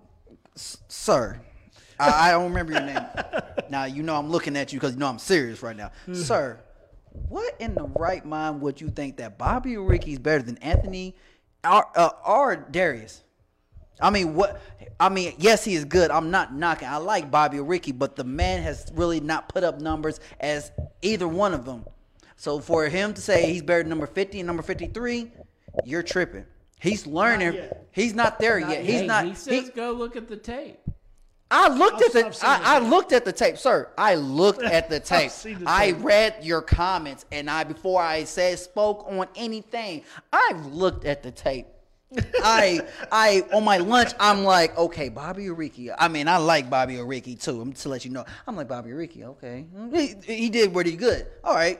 [SPEAKER 3] s- sir. I, I don't remember your name. now you know I'm looking at you because you know I'm serious right now,
[SPEAKER 2] Hmm.
[SPEAKER 3] sir. What in the right mind would you think that Bobby Ricky's better than Anthony or, uh, or Darius? I mean, what? I mean, yes, he is good. I'm not knocking. I like Bobby Ricky, but the man has really not put up numbers as either one of them. So for him to say he's better than number 50 and number 53, you're tripping. He's learning.
[SPEAKER 2] yet.
[SPEAKER 3] he's not there yet. He's
[SPEAKER 4] Hey,
[SPEAKER 3] not.
[SPEAKER 4] He says,
[SPEAKER 3] he-
[SPEAKER 4] "Go look at the tape."
[SPEAKER 3] I looked
[SPEAKER 2] I've-
[SPEAKER 3] at
[SPEAKER 2] I've
[SPEAKER 3] the.
[SPEAKER 2] seen
[SPEAKER 3] I, I
[SPEAKER 2] it.
[SPEAKER 3] looked at the tape, sir. I looked at the tape.
[SPEAKER 2] seen the
[SPEAKER 3] I
[SPEAKER 2] tape.
[SPEAKER 3] read your comments, and I before I said spoke on anything, I've looked at the tape. I I on my lunch, I'm like, okay, Bobby Oriki. I mean, I like Bobby Oriki too. I'm to let you know, I'm like Bobby Oriki. Okay, he, he did pretty good. All right,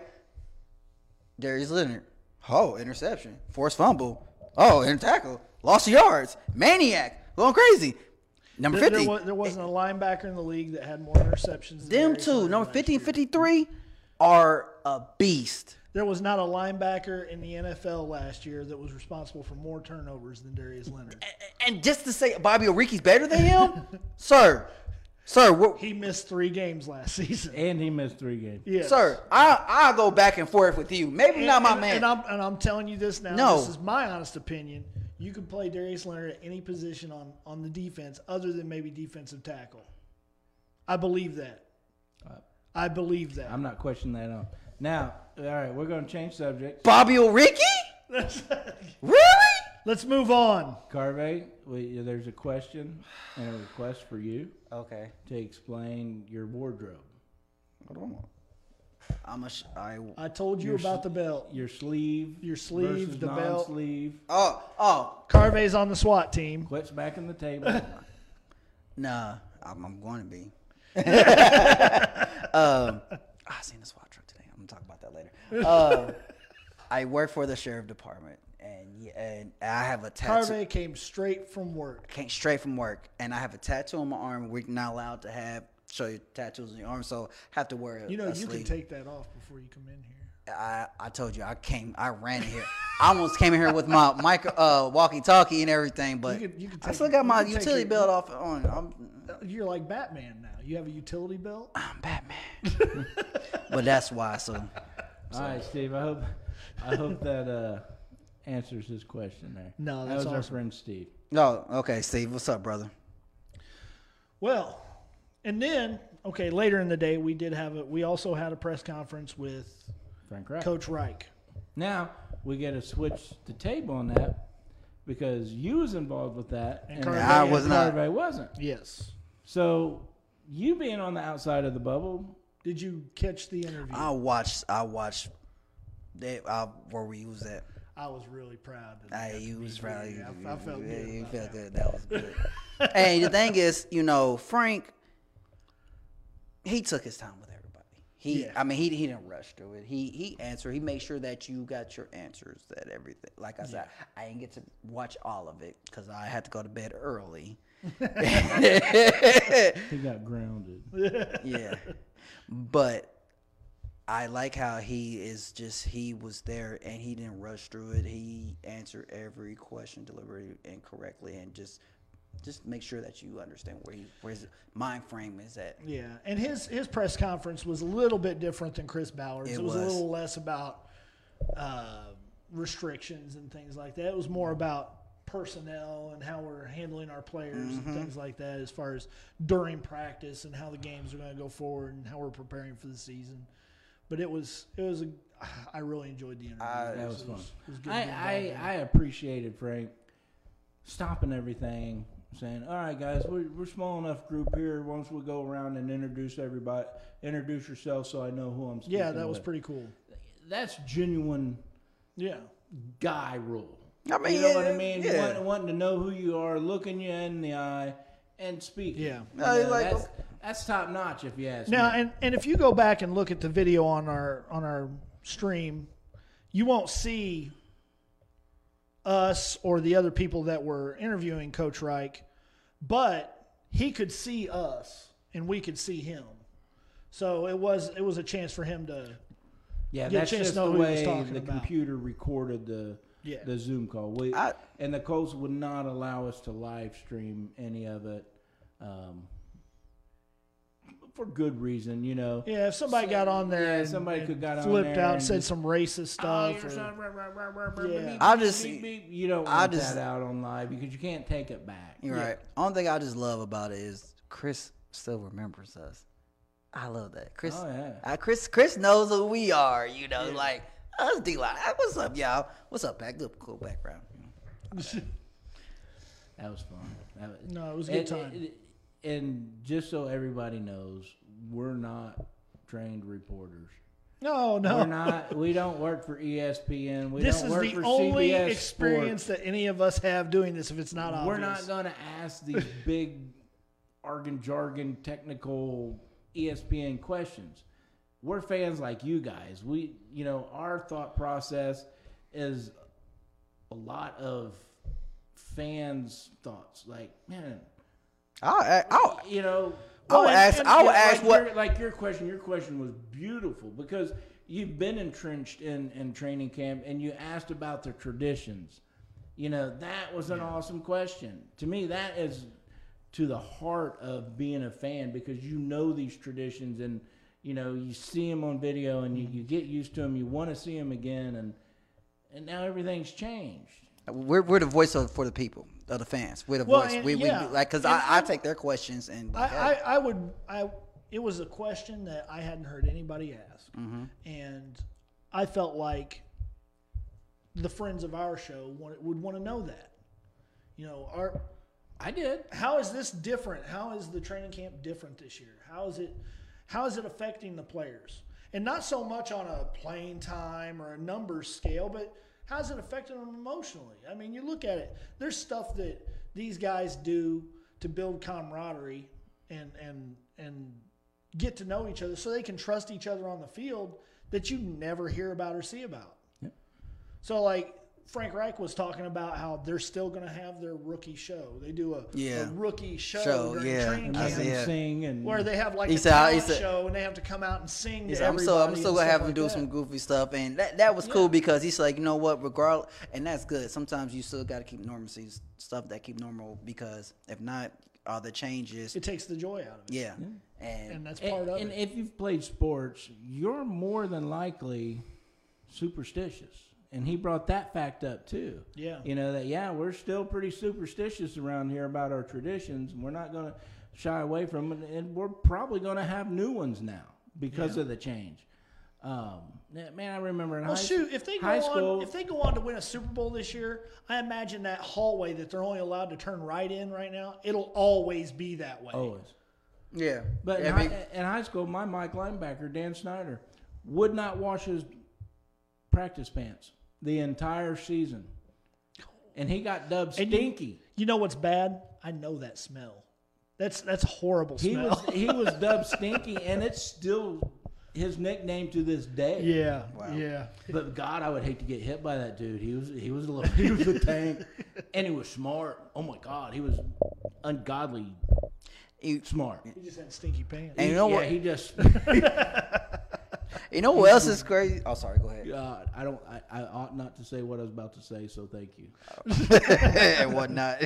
[SPEAKER 3] Darius Leonard. Oh, interception. Forced fumble. Oh, and tackle. Lost yards. Maniac. Going crazy. Number
[SPEAKER 2] There,
[SPEAKER 3] 50.
[SPEAKER 2] there, was, there wasn't a linebacker in the league that had more interceptions. than
[SPEAKER 3] Eh. Them
[SPEAKER 2] Darius
[SPEAKER 3] two,
[SPEAKER 2] Leonard
[SPEAKER 3] number
[SPEAKER 2] last
[SPEAKER 3] 50 and
[SPEAKER 2] year.
[SPEAKER 3] 53, are a beast.
[SPEAKER 2] There was not a linebacker in the NFL last year that was responsible for more turnovers than Darius Leonard.
[SPEAKER 3] A- And just to say Bobby Oriki's better than him, sir, sir, we're-
[SPEAKER 2] He missed three games last season.
[SPEAKER 4] And he missed three games.
[SPEAKER 2] Yes.
[SPEAKER 3] sir, I I'll go back and forth with you. Maybe not my man.
[SPEAKER 2] And I'm, and I'm telling you this now.
[SPEAKER 3] No.
[SPEAKER 2] This is my honest opinion. You can play Darius Leonard at any position on, on the defense other than maybe defensive tackle. I believe that. I believe that.
[SPEAKER 4] I'm not questioning that. Up. Now, all right, we're going to change subject.
[SPEAKER 3] Bobby Oriki? Really?
[SPEAKER 2] Let's move on.
[SPEAKER 4] Carvey, we, there's a question and a request for you
[SPEAKER 3] Okay.
[SPEAKER 4] to explain your wardrobe,
[SPEAKER 3] I'm a sh- I,
[SPEAKER 2] I told you
[SPEAKER 4] Your
[SPEAKER 2] about
[SPEAKER 4] sl-
[SPEAKER 2] the belt.
[SPEAKER 4] your sleeve,
[SPEAKER 2] Your sleeve,
[SPEAKER 4] versus
[SPEAKER 2] the belt.
[SPEAKER 4] non-sleeve.
[SPEAKER 3] oh oh
[SPEAKER 2] Carvey's on the SWAT team.
[SPEAKER 4] Quits back on the table.
[SPEAKER 3] Nah, I'm, I'm going to be. um, I seen this watch truck today. I'm gonna talk about that later. Um, I work for the sheriff department, and y- and I have a tattoo.
[SPEAKER 2] Carvey came straight from work.
[SPEAKER 3] Came straight from work, and I have a tattoo on my arm. We're not allowed to have show you tattoos on your arm, so have to wear.
[SPEAKER 2] You know,
[SPEAKER 3] a
[SPEAKER 2] you can
[SPEAKER 3] sleeve.
[SPEAKER 2] take that off before you come in here.
[SPEAKER 3] I, I told you I came. I ran in here. I almost came in here with my mic, uh, walkie-talkie and everything, but
[SPEAKER 2] You could- you could
[SPEAKER 3] I
[SPEAKER 2] take
[SPEAKER 3] still
[SPEAKER 2] it-
[SPEAKER 3] got
[SPEAKER 2] you
[SPEAKER 3] my
[SPEAKER 2] could take
[SPEAKER 3] utility
[SPEAKER 2] it.
[SPEAKER 3] belt off. On I'm,
[SPEAKER 2] You're like Batman now. You have a utility belt.
[SPEAKER 3] I'm Batman. but that's why. So
[SPEAKER 4] All right, Steve. I hope I hope that uh, answers his question there.
[SPEAKER 2] No,
[SPEAKER 4] that
[SPEAKER 2] that's
[SPEAKER 4] was our
[SPEAKER 2] awesome.
[SPEAKER 4] friend Steve.
[SPEAKER 3] no, okay, Steve. What's up, brother?
[SPEAKER 2] Well, and then okay, later in the day we did have a we also had a press conference with
[SPEAKER 4] Frank Reich.
[SPEAKER 2] Coach Reich.
[SPEAKER 4] Now we got to switch the table on that because you was involved with that,
[SPEAKER 2] And
[SPEAKER 4] and
[SPEAKER 2] Carvey-
[SPEAKER 4] Carvey-
[SPEAKER 2] I
[SPEAKER 3] was not.
[SPEAKER 4] Carvey wasn't.
[SPEAKER 2] Yes.
[SPEAKER 4] So you being on the outside of the bubble,
[SPEAKER 2] Did
[SPEAKER 3] Oh.
[SPEAKER 2] you catch the interview?
[SPEAKER 3] I watched. I watched. They, I, where we was at.
[SPEAKER 2] I was really proud. That
[SPEAKER 3] I,
[SPEAKER 2] they got
[SPEAKER 3] you
[SPEAKER 2] to
[SPEAKER 3] was
[SPEAKER 2] be
[SPEAKER 3] probably.
[SPEAKER 2] here. I, I felt
[SPEAKER 3] yeah,
[SPEAKER 2] good.
[SPEAKER 3] You
[SPEAKER 2] about
[SPEAKER 3] felt
[SPEAKER 2] that.
[SPEAKER 3] good. That was good. hey, the thing is, you know, Frank, he took his time with everybody. He,
[SPEAKER 2] Yeah.
[SPEAKER 3] I mean, he, he didn't rush through it. He he answered. He made sure that you got your answers. That everything. Like I said, I didn't get to watch all of it because I had to go to bed early.
[SPEAKER 4] He got grounded.
[SPEAKER 3] yeah. But I like how he is just he was there and he didn't rush through it. He answered every question deliberately and correctly and just just make sure that you understand where he where his mind frame is at.
[SPEAKER 2] Yeah, and his his press conference was a little bit different than Chris Ballard's. It,
[SPEAKER 3] It
[SPEAKER 2] was, a
[SPEAKER 3] was.
[SPEAKER 2] little less about uh, restrictions and things like that. It was more about personnel and how we're handling our players and things like that, as far as during practice and how the games are going to go forward and how we're preparing for the season. But it was it was a I really enjoyed the interview.
[SPEAKER 4] That was fun.
[SPEAKER 2] It was good being back
[SPEAKER 4] I,
[SPEAKER 2] there.
[SPEAKER 4] I, I appreciated Frank stopping everything, saying, "All right, guys, we're, we're small enough group here. Once we go around and introduce everybody, introduce yourself, so I know who I'm." Speaking
[SPEAKER 2] yeah, that was
[SPEAKER 4] with."
[SPEAKER 2] pretty cool.
[SPEAKER 4] That's genuine
[SPEAKER 2] Yeah,
[SPEAKER 4] guy rule.
[SPEAKER 3] I mean,
[SPEAKER 4] you know what I
[SPEAKER 3] yeah,
[SPEAKER 4] mean?
[SPEAKER 3] yeah.
[SPEAKER 4] Want- wanting to know who you are, looking you in the eye, and speaking.
[SPEAKER 2] Yeah. Uh,
[SPEAKER 3] No, I
[SPEAKER 4] You know,
[SPEAKER 3] like-
[SPEAKER 4] that's, that's top notch, if you ask
[SPEAKER 2] Now,
[SPEAKER 4] me.
[SPEAKER 2] and, and if you go back and look at the video on our on our stream, you won't see us or the other people that were interviewing Coach Reich, but he could see us and we could see him. So it was it was a chance for him to
[SPEAKER 4] Yeah,
[SPEAKER 2] get a
[SPEAKER 4] that's
[SPEAKER 2] chance
[SPEAKER 4] just
[SPEAKER 2] to know
[SPEAKER 4] the
[SPEAKER 2] who he was
[SPEAKER 4] way
[SPEAKER 2] talking
[SPEAKER 4] the
[SPEAKER 2] about.
[SPEAKER 4] computer recorded the
[SPEAKER 2] Yeah.
[SPEAKER 4] the Zoom call. We,
[SPEAKER 3] I-
[SPEAKER 4] and the Colts would not allow us to live stream any of it, um, for good reason. You know,
[SPEAKER 2] yeah. If somebody got on there,
[SPEAKER 4] Yeah,
[SPEAKER 2] and,
[SPEAKER 4] somebody
[SPEAKER 2] and
[SPEAKER 4] could got on
[SPEAKER 2] flipped
[SPEAKER 4] there
[SPEAKER 2] out
[SPEAKER 4] and
[SPEAKER 2] and said
[SPEAKER 4] just,
[SPEAKER 2] some racist
[SPEAKER 4] Oh,
[SPEAKER 2] stuff.
[SPEAKER 4] you're
[SPEAKER 2] or-
[SPEAKER 4] so- rah, rah, rah, rah, rah,
[SPEAKER 2] Yeah.
[SPEAKER 4] beep,
[SPEAKER 3] I
[SPEAKER 4] beep,
[SPEAKER 3] just-
[SPEAKER 4] beep, beep. you don't want
[SPEAKER 3] I just-
[SPEAKER 4] that out on live because you can't take it back.
[SPEAKER 3] You're right. Only thing I just love about it is Chris still remembers us. I love that. Chris
[SPEAKER 4] Oh, yeah.
[SPEAKER 3] I, Chris Chris knows who we are, you know, like us D line. What's up, y'all? What's up, back up cool background.
[SPEAKER 4] That was fun. That was-
[SPEAKER 2] No, it was a good
[SPEAKER 4] and-
[SPEAKER 2] time.
[SPEAKER 4] and- and just so everybody knows, we're not trained reporters.
[SPEAKER 2] no, no.
[SPEAKER 4] We're not. We don't work for E ESPN. We
[SPEAKER 2] this
[SPEAKER 4] don't
[SPEAKER 2] is
[SPEAKER 4] work
[SPEAKER 2] the
[SPEAKER 4] for
[SPEAKER 2] only
[SPEAKER 4] CBS
[SPEAKER 2] experience that any of us have doing this. If it's not
[SPEAKER 4] Sports.
[SPEAKER 2] obvious,
[SPEAKER 4] We're not going to ask these big argon jargon technical E ESPN questions. We're fans like you guys. We, you know, our thought process is a lot of fans' thoughts. Like, man,
[SPEAKER 3] I'll, I'll,
[SPEAKER 4] you know,
[SPEAKER 3] I'll
[SPEAKER 4] and-
[SPEAKER 3] ask-
[SPEAKER 4] and,
[SPEAKER 3] I'll
[SPEAKER 4] yeah,
[SPEAKER 3] ask
[SPEAKER 4] like
[SPEAKER 3] what-
[SPEAKER 4] your, like your question. Your question was beautiful because you've been entrenched in in training camp, and you asked about the traditions. You know, that was an awesome question to me. That is to the heart of being a fan because you know these traditions and you know you see them on video and you,
[SPEAKER 3] Mm-hmm.
[SPEAKER 4] you get used to them. You want to see them again, and and now everything's changed.
[SPEAKER 3] We're, we're the voice of, for the people, of the fans. We're the
[SPEAKER 2] Well,
[SPEAKER 3] voice.
[SPEAKER 2] and-
[SPEAKER 3] we,
[SPEAKER 2] yeah.
[SPEAKER 3] we, like, cause I, I take their questions and
[SPEAKER 2] I,
[SPEAKER 3] like,
[SPEAKER 2] I,
[SPEAKER 3] hey,
[SPEAKER 2] I would I it was a question that I hadn't heard anybody ask, and I felt like the friends of our show want, would want to know that. You know, our
[SPEAKER 4] I did.
[SPEAKER 2] how is this different? How is the training camp different this year? How is it how is it affecting the players? And not so much on a playing time or a number scale, but how's it affecting them emotionally? I mean, you look at it. There's stuff that these guys do to build camaraderie and and and get to know each other so they can trust each other on the field that you never hear about or see about. So like Frank Reich was talking about how they're still going to have their rookie show. They do a,
[SPEAKER 3] Yeah.
[SPEAKER 2] a rookie show,
[SPEAKER 3] Show,
[SPEAKER 2] during
[SPEAKER 3] yeah.
[SPEAKER 2] training
[SPEAKER 3] I
[SPEAKER 4] I
[SPEAKER 2] camp
[SPEAKER 3] see it.
[SPEAKER 4] sing and
[SPEAKER 2] where they have like
[SPEAKER 3] He
[SPEAKER 2] a
[SPEAKER 3] said- he
[SPEAKER 2] talent
[SPEAKER 3] said-
[SPEAKER 2] show and they have to come out and sing.
[SPEAKER 3] He
[SPEAKER 2] to
[SPEAKER 3] said, I'm so
[SPEAKER 2] everybody
[SPEAKER 3] I'm still
[SPEAKER 2] and
[SPEAKER 3] gonna
[SPEAKER 2] stuff
[SPEAKER 3] have him
[SPEAKER 2] like
[SPEAKER 3] do
[SPEAKER 2] that.
[SPEAKER 3] some goofy stuff, and that that was cool because he's like, you know what, regardless, and that's good. Sometimes you still gotta keep normalcy stuff that keep normal because if not, all the changes,
[SPEAKER 2] It takes the joy out of it,
[SPEAKER 3] yeah, and,
[SPEAKER 2] and uh, that's part
[SPEAKER 4] and,
[SPEAKER 2] of
[SPEAKER 4] and
[SPEAKER 2] it.
[SPEAKER 4] if you've played sports, you're more than likely superstitious. And he brought that fact up too.
[SPEAKER 2] Yeah.
[SPEAKER 4] You know that yeah, we're still pretty superstitious around here about our traditions. and We're not going to shy away from it and we're probably going to have new ones now because of the change. Um, yeah, man, I remember in
[SPEAKER 2] Well,
[SPEAKER 4] high
[SPEAKER 2] shoot! If they go
[SPEAKER 4] high
[SPEAKER 2] on,
[SPEAKER 4] school,
[SPEAKER 2] if they go on to win a Super Bowl this year, I imagine that hallway that they're only allowed to turn right in right now, it'll always be that way.
[SPEAKER 4] always.
[SPEAKER 3] yeah.
[SPEAKER 4] But in,
[SPEAKER 3] I mean,
[SPEAKER 4] high, in high school, my Mike linebacker Dan Snyder would not wash his practice pants the entire season, and he got dubbed
[SPEAKER 2] And you-
[SPEAKER 4] Stinky.
[SPEAKER 2] You know what's bad? I know that smell. That's that's horrible
[SPEAKER 4] He
[SPEAKER 2] smell.
[SPEAKER 4] was he was dubbed Stinky, and it's still his nickname to this day.
[SPEAKER 2] yeah, yeah.
[SPEAKER 4] But God, I would hate to get hit by that dude. He was he was a little, he was a tank, and he was smart. Oh my God, he was ungodly
[SPEAKER 3] You,
[SPEAKER 4] smart.
[SPEAKER 2] He just had stinky pants.
[SPEAKER 3] and you know
[SPEAKER 4] yeah,
[SPEAKER 3] what?
[SPEAKER 4] he just
[SPEAKER 3] You know what else is crazy? Oh, sorry. Go ahead.
[SPEAKER 4] God. I don't. I, I ought not to say what I was about to say. So thank you.
[SPEAKER 3] and whatnot.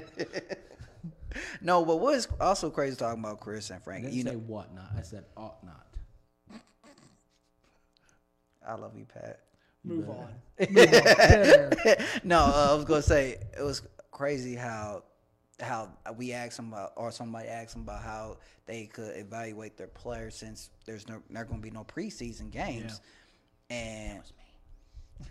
[SPEAKER 3] no, but what is also crazy talking about Chris and
[SPEAKER 4] I
[SPEAKER 3] Frank?
[SPEAKER 4] didn't
[SPEAKER 3] You
[SPEAKER 4] say
[SPEAKER 3] know,
[SPEAKER 4] what not. I said ought not.
[SPEAKER 3] I love you, Pat.
[SPEAKER 2] Move on.
[SPEAKER 3] no, uh, I was gonna say it was crazy how how we asked them about or somebody asked them about how they could evaluate their players since there's no not gonna be no preseason games. And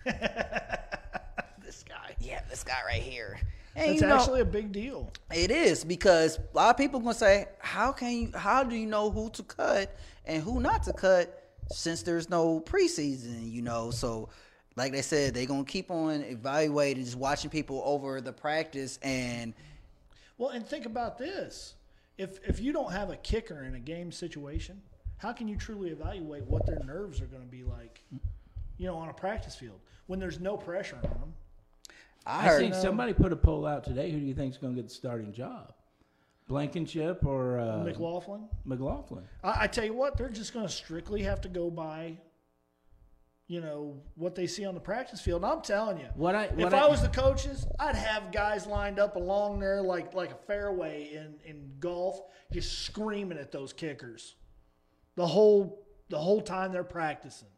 [SPEAKER 3] this guy, yeah, this guy right here. And
[SPEAKER 2] That's
[SPEAKER 3] you know,
[SPEAKER 2] actually a big deal.
[SPEAKER 3] It is because a lot of people gonna say, "How can you? How do you know who to cut and who not to cut since there's no preseason?" You know, so like they said, they gonna keep on evaluating, just watching people over the practice, and
[SPEAKER 2] Well, and think about this: if if you don't have a kicker in a game situation, how can you truly evaluate what their nerves are going to be like? You know, on a practice field when there's no pressure on them.
[SPEAKER 3] I
[SPEAKER 4] I
[SPEAKER 3] heard
[SPEAKER 4] think somebody put a poll out today. Who do you think's going to get the starting job? Blankenship or uh,
[SPEAKER 2] McLaughlin,
[SPEAKER 4] McLaughlin?
[SPEAKER 2] I, I tell you what, they're just going to strictly have to go by. You know what they see on the practice field. And I'm telling you,
[SPEAKER 4] What I-
[SPEAKER 2] if
[SPEAKER 4] what
[SPEAKER 2] I,
[SPEAKER 4] I-
[SPEAKER 2] was the coaches, I'd have guys lined up along there like like a fairway in in golf, just screaming at those kickers, the whole the whole time they're practicing,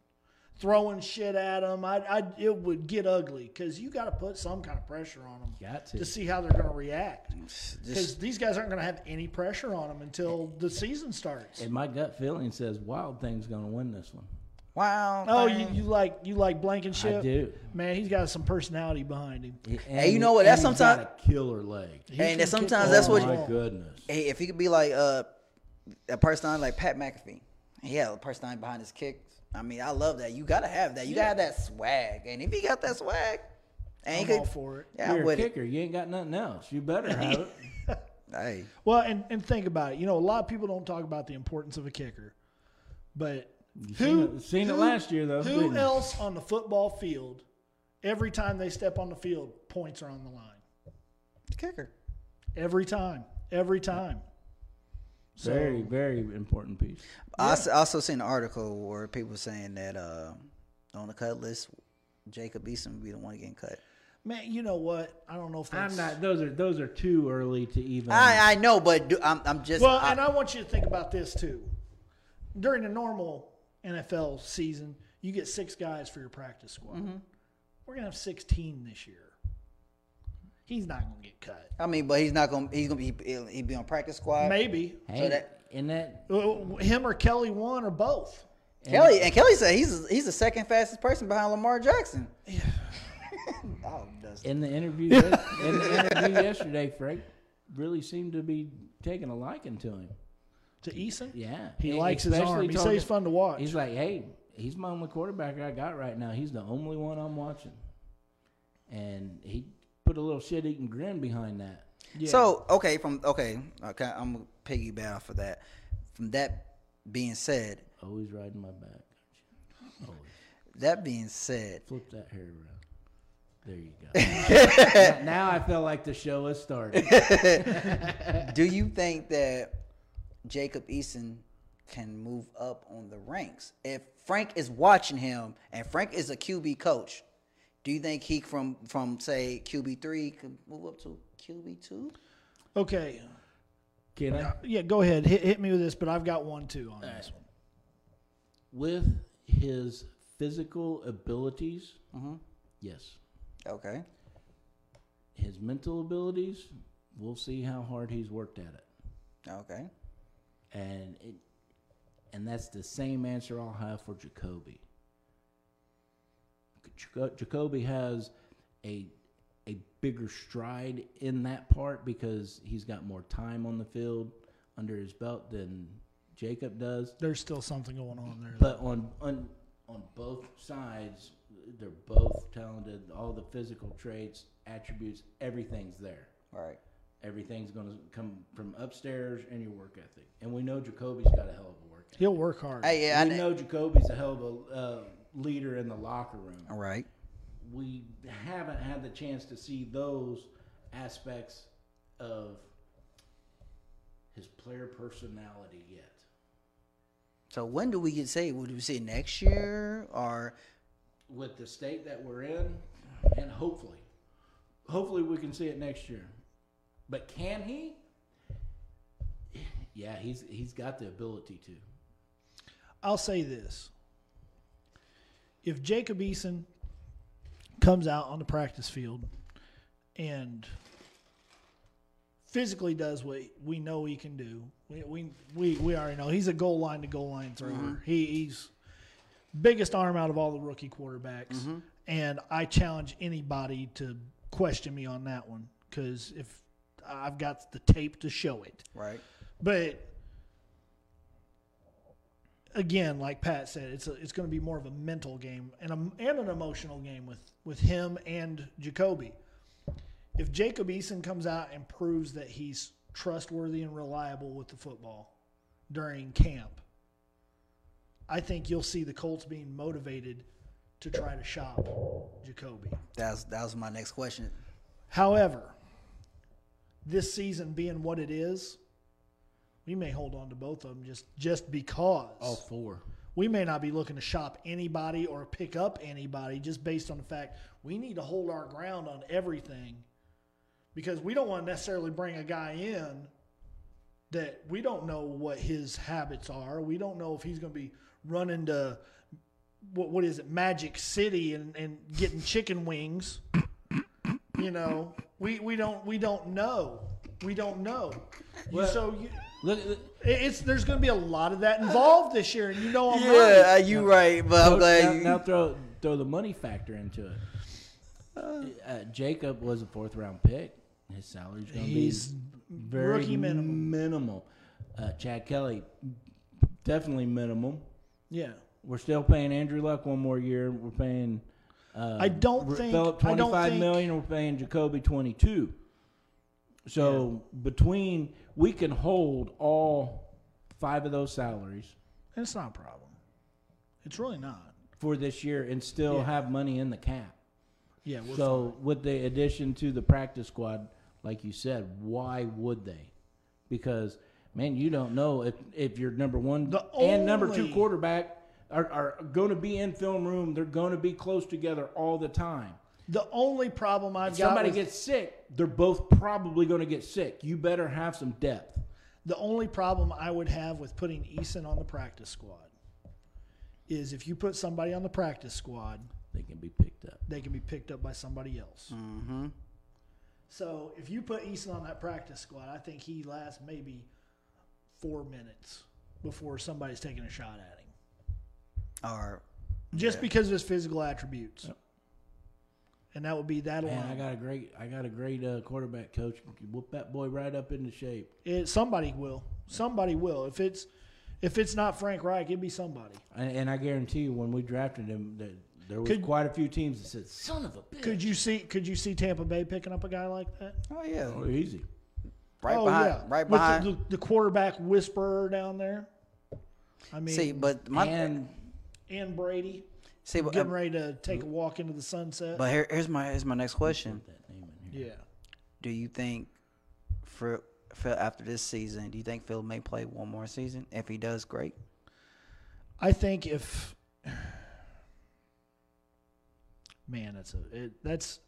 [SPEAKER 2] throwing shit at them. I I it would get ugly because you got to put some kind of pressure on them
[SPEAKER 4] Got to.
[SPEAKER 2] to see how they're going to react. Because
[SPEAKER 3] just
[SPEAKER 2] these guys aren't going to have any pressure on them until the season starts.
[SPEAKER 4] And my gut feeling says Wild Thing's going to win this one.
[SPEAKER 3] wow.
[SPEAKER 2] Oh, you, you like you like Blankenship?
[SPEAKER 4] I do.
[SPEAKER 2] Man, he's got some personality behind him.
[SPEAKER 4] And
[SPEAKER 3] Hey, you know what?
[SPEAKER 4] he-
[SPEAKER 3] That's
[SPEAKER 4] and he's
[SPEAKER 3] sometime-
[SPEAKER 4] got a killer leg.
[SPEAKER 2] He
[SPEAKER 3] And
[SPEAKER 2] can
[SPEAKER 3] sometimes
[SPEAKER 2] kick
[SPEAKER 3] that's
[SPEAKER 2] the
[SPEAKER 3] what
[SPEAKER 4] oh
[SPEAKER 2] ball.
[SPEAKER 4] my goodness.
[SPEAKER 3] Hey, if he could be like uh, a personality like Pat McAfee, he had a personality behind his kicks. I mean, I love that. You gotta have that. You gotta have that swag, and if he got that swag, and he
[SPEAKER 2] I'm
[SPEAKER 3] could,
[SPEAKER 2] all for it.
[SPEAKER 3] yeah, I'm
[SPEAKER 4] You're a
[SPEAKER 3] with it.
[SPEAKER 4] kicker. You ain't got nothing else. You better have it.
[SPEAKER 3] Hey.
[SPEAKER 2] Well, and, and think about it. You know, a lot of people don't talk about the importance of a kicker, but
[SPEAKER 4] seen
[SPEAKER 2] who
[SPEAKER 4] it- seen it last year, though,
[SPEAKER 2] Who
[SPEAKER 4] didn't you?
[SPEAKER 2] else on the football field? Every time they step on the field, points are on the line.
[SPEAKER 3] kicker.
[SPEAKER 2] Every time. Every time.
[SPEAKER 4] very, very important piece.
[SPEAKER 3] I s- also seen an article where people were saying that uh, on the cut list, Jacob Eason would be the one getting cut.
[SPEAKER 2] Man, you know what? I don't know if that's
[SPEAKER 4] I'm not. Those are those are too early to even.
[SPEAKER 3] I, I know, but do, I'm, I'm just.
[SPEAKER 2] Um. Well,
[SPEAKER 3] I-
[SPEAKER 2] and I want you to think about this too. During the normal NFL season, you get six guys for your practice squad. We're gonna have sixteen this year. He's not gonna get cut.
[SPEAKER 3] I mean, but he's not gonna. He's gonna be. He'll, he'll be on practice squad.
[SPEAKER 2] Maybe
[SPEAKER 4] hey,
[SPEAKER 3] so that-
[SPEAKER 4] and that
[SPEAKER 2] Uh, him or Kelly one or both.
[SPEAKER 3] Kelly and Kelly said he's he's the second fastest person behind Lamar Jackson. oh, that's-
[SPEAKER 4] in the interview yes- in the interview yesterday, Frank really seemed to be taking a liking to him.
[SPEAKER 2] To Eason,
[SPEAKER 4] Yeah,
[SPEAKER 2] he
[SPEAKER 4] And
[SPEAKER 2] likes his
[SPEAKER 4] especially
[SPEAKER 2] arm. He
[SPEAKER 4] told
[SPEAKER 2] says he's
[SPEAKER 4] him-
[SPEAKER 2] fun to watch.
[SPEAKER 4] He's like, hey, he's my only quarterback I got right now. He's the only one I'm watching, and he put a little shit-eating grin behind that.
[SPEAKER 3] So okay, from okay, okay, I'm gonna piggyback off of that. From that being said,
[SPEAKER 4] Always Oh, riding my back. aren't you? Always.
[SPEAKER 3] that being said,
[SPEAKER 4] Flip that hair around. There you go. now I feel like the show has started.
[SPEAKER 3] Do you think that Jacob Eason can move up on the ranks? If Frank is watching him and Frank is a QB coach, do you think he from from say QB three could move up to QB two?
[SPEAKER 2] okay,
[SPEAKER 4] Can I?
[SPEAKER 2] yeah, go ahead, hit, hit me with this, but I've got one too on this one.
[SPEAKER 4] With his physical abilities,
[SPEAKER 2] Mm-hmm.
[SPEAKER 4] yes.
[SPEAKER 3] Okay.
[SPEAKER 4] His mental abilities, we'll see how hard he's worked at it.
[SPEAKER 3] Okay.
[SPEAKER 4] And it, and that's the same answer I'll have for Jacoby. Jaco- Jacoby has a a bigger stride in that part because he's got more time on the field under his belt than Jacob does.
[SPEAKER 2] There's still something going on there.
[SPEAKER 4] But on on on both sides, They're both talented. All the physical traits, attributes, everything's there.
[SPEAKER 3] Right.
[SPEAKER 4] Everything's going to come from upstairs and your work ethic. And we know Jacoby's got a hell of a work ethic.
[SPEAKER 2] He'll work hard.
[SPEAKER 3] Hey, yeah, I
[SPEAKER 4] we
[SPEAKER 3] know.
[SPEAKER 4] know Jacoby's a hell of a uh, leader in the locker room.
[SPEAKER 3] All right.
[SPEAKER 4] We haven't had the chance to see those aspects of his player personality yet.
[SPEAKER 3] So when do we get say? Would we say next year or
[SPEAKER 4] With the state that we're in, and hopefully, hopefully we can see it next year. But can he? Yeah, he's he's got the ability to.
[SPEAKER 2] I'll say this. If Jacob Eason comes out on the practice field and physically does what we know he can do, we, we, we, we already know he's a goal line to goal line thrower. He, he's biggest arm out of all the rookie quarterbacks. And I challenge anybody to question me on that one because if I've got the tape to show it.
[SPEAKER 3] right?
[SPEAKER 2] But again, like Pat said, it's a, it's going to be more of a mental game and a, and an emotional game with with him and Jacoby. If Jacob Eason comes out and proves that he's trustworthy and reliable with the football during camp, I think you'll see the Colts being motivated to try to shop Jacoby.
[SPEAKER 3] That's that was my next question.
[SPEAKER 2] However, this season being what it is, we may hold on to both of them just just because
[SPEAKER 4] All four.
[SPEAKER 2] we may not be looking to shop anybody or pick up anybody just based on the fact we need to hold our ground on everything because we don't want to necessarily bring a guy in that we don't know what his habits are. We don't know if he's going to be running to what what is it Magic City and, and getting chicken wings. You know, we, we don't we don't know. We don't know. You-
[SPEAKER 4] Well-
[SPEAKER 2] so you,
[SPEAKER 4] Look, look
[SPEAKER 2] it- it's there's going to be a lot of that involved this year, and you know I'm right.
[SPEAKER 3] Yeah, you right, but I'm
[SPEAKER 4] Throw-
[SPEAKER 3] glad
[SPEAKER 4] now,
[SPEAKER 3] you.
[SPEAKER 4] now throw throw the money factor into it. Uh, Jacob was a fourth round pick. His salary's going to be
[SPEAKER 2] He's
[SPEAKER 4] very
[SPEAKER 2] rookie minimum.
[SPEAKER 4] minimal. Uh, Chad Kelly, definitely minimum.
[SPEAKER 2] Yeah.
[SPEAKER 4] We're still paying Andrew Luck one more year. We're paying. Uh,
[SPEAKER 2] I don't
[SPEAKER 4] we're-
[SPEAKER 2] think-
[SPEAKER 4] Phillip
[SPEAKER 2] I don't
[SPEAKER 4] twenty-five
[SPEAKER 2] think-
[SPEAKER 4] million, and We're paying Jacoby twenty-two. So between we can hold all five of those salaries
[SPEAKER 2] It's not a problem. It's really not.
[SPEAKER 4] for this year and still
[SPEAKER 2] Yeah.
[SPEAKER 4] have money in the cap.
[SPEAKER 2] Yeah. We're
[SPEAKER 4] So with the addition to the practice squad, like you said, why would they? Because man, you don't know if if your number one
[SPEAKER 2] The
[SPEAKER 4] and number two
[SPEAKER 2] only-
[SPEAKER 4] quarterback are, are going to be in film room. They're going to be close together all the time.
[SPEAKER 2] the only problem I've
[SPEAKER 4] If
[SPEAKER 2] got
[SPEAKER 4] somebody
[SPEAKER 2] with-
[SPEAKER 4] gets sick, they're both probably going to get sick. You better have some depth.
[SPEAKER 2] the only problem I would have with putting Eason on the practice squad is if you put somebody on the practice squad,
[SPEAKER 4] They can be picked up.
[SPEAKER 2] they can be picked up by somebody else. Mm-hmm. So if you put Eason on that practice squad, I think he lasts maybe four minutes before somebody's taking a shot at him.
[SPEAKER 3] Or
[SPEAKER 2] just because of his physical attributes. And that would be that
[SPEAKER 4] Man, I
[SPEAKER 2] alone.
[SPEAKER 4] got a great, I got a great uh, quarterback coach. Whoop that boy right up into shape.
[SPEAKER 2] It, somebody will. Somebody will. If it's if it's not Frank Reich, it'd be somebody.
[SPEAKER 4] And, and I guarantee you, when we drafted him, that there was
[SPEAKER 2] Could-
[SPEAKER 4] quite a few teams that said, "Son of a bitch."
[SPEAKER 2] Could you see could you see Tampa Bay picking up a guy like that?
[SPEAKER 3] oh yeah,
[SPEAKER 4] Oh, easy.
[SPEAKER 3] right
[SPEAKER 2] oh
[SPEAKER 3] behind,
[SPEAKER 2] yeah.
[SPEAKER 3] right
[SPEAKER 2] With
[SPEAKER 3] behind.
[SPEAKER 2] the, the, the quarterback whisperer down there. I mean
[SPEAKER 3] see, but my
[SPEAKER 4] and
[SPEAKER 2] and Brady
[SPEAKER 3] see, but, uh,
[SPEAKER 2] getting ready to take a walk into the sunset.
[SPEAKER 3] um, but here, here's my here's my next question.
[SPEAKER 4] that name in here.
[SPEAKER 2] yeah.
[SPEAKER 3] Do you think for Phil after this season, do you think Phil may play one more season? If he does, great.
[SPEAKER 2] I think if man, that's a it, that's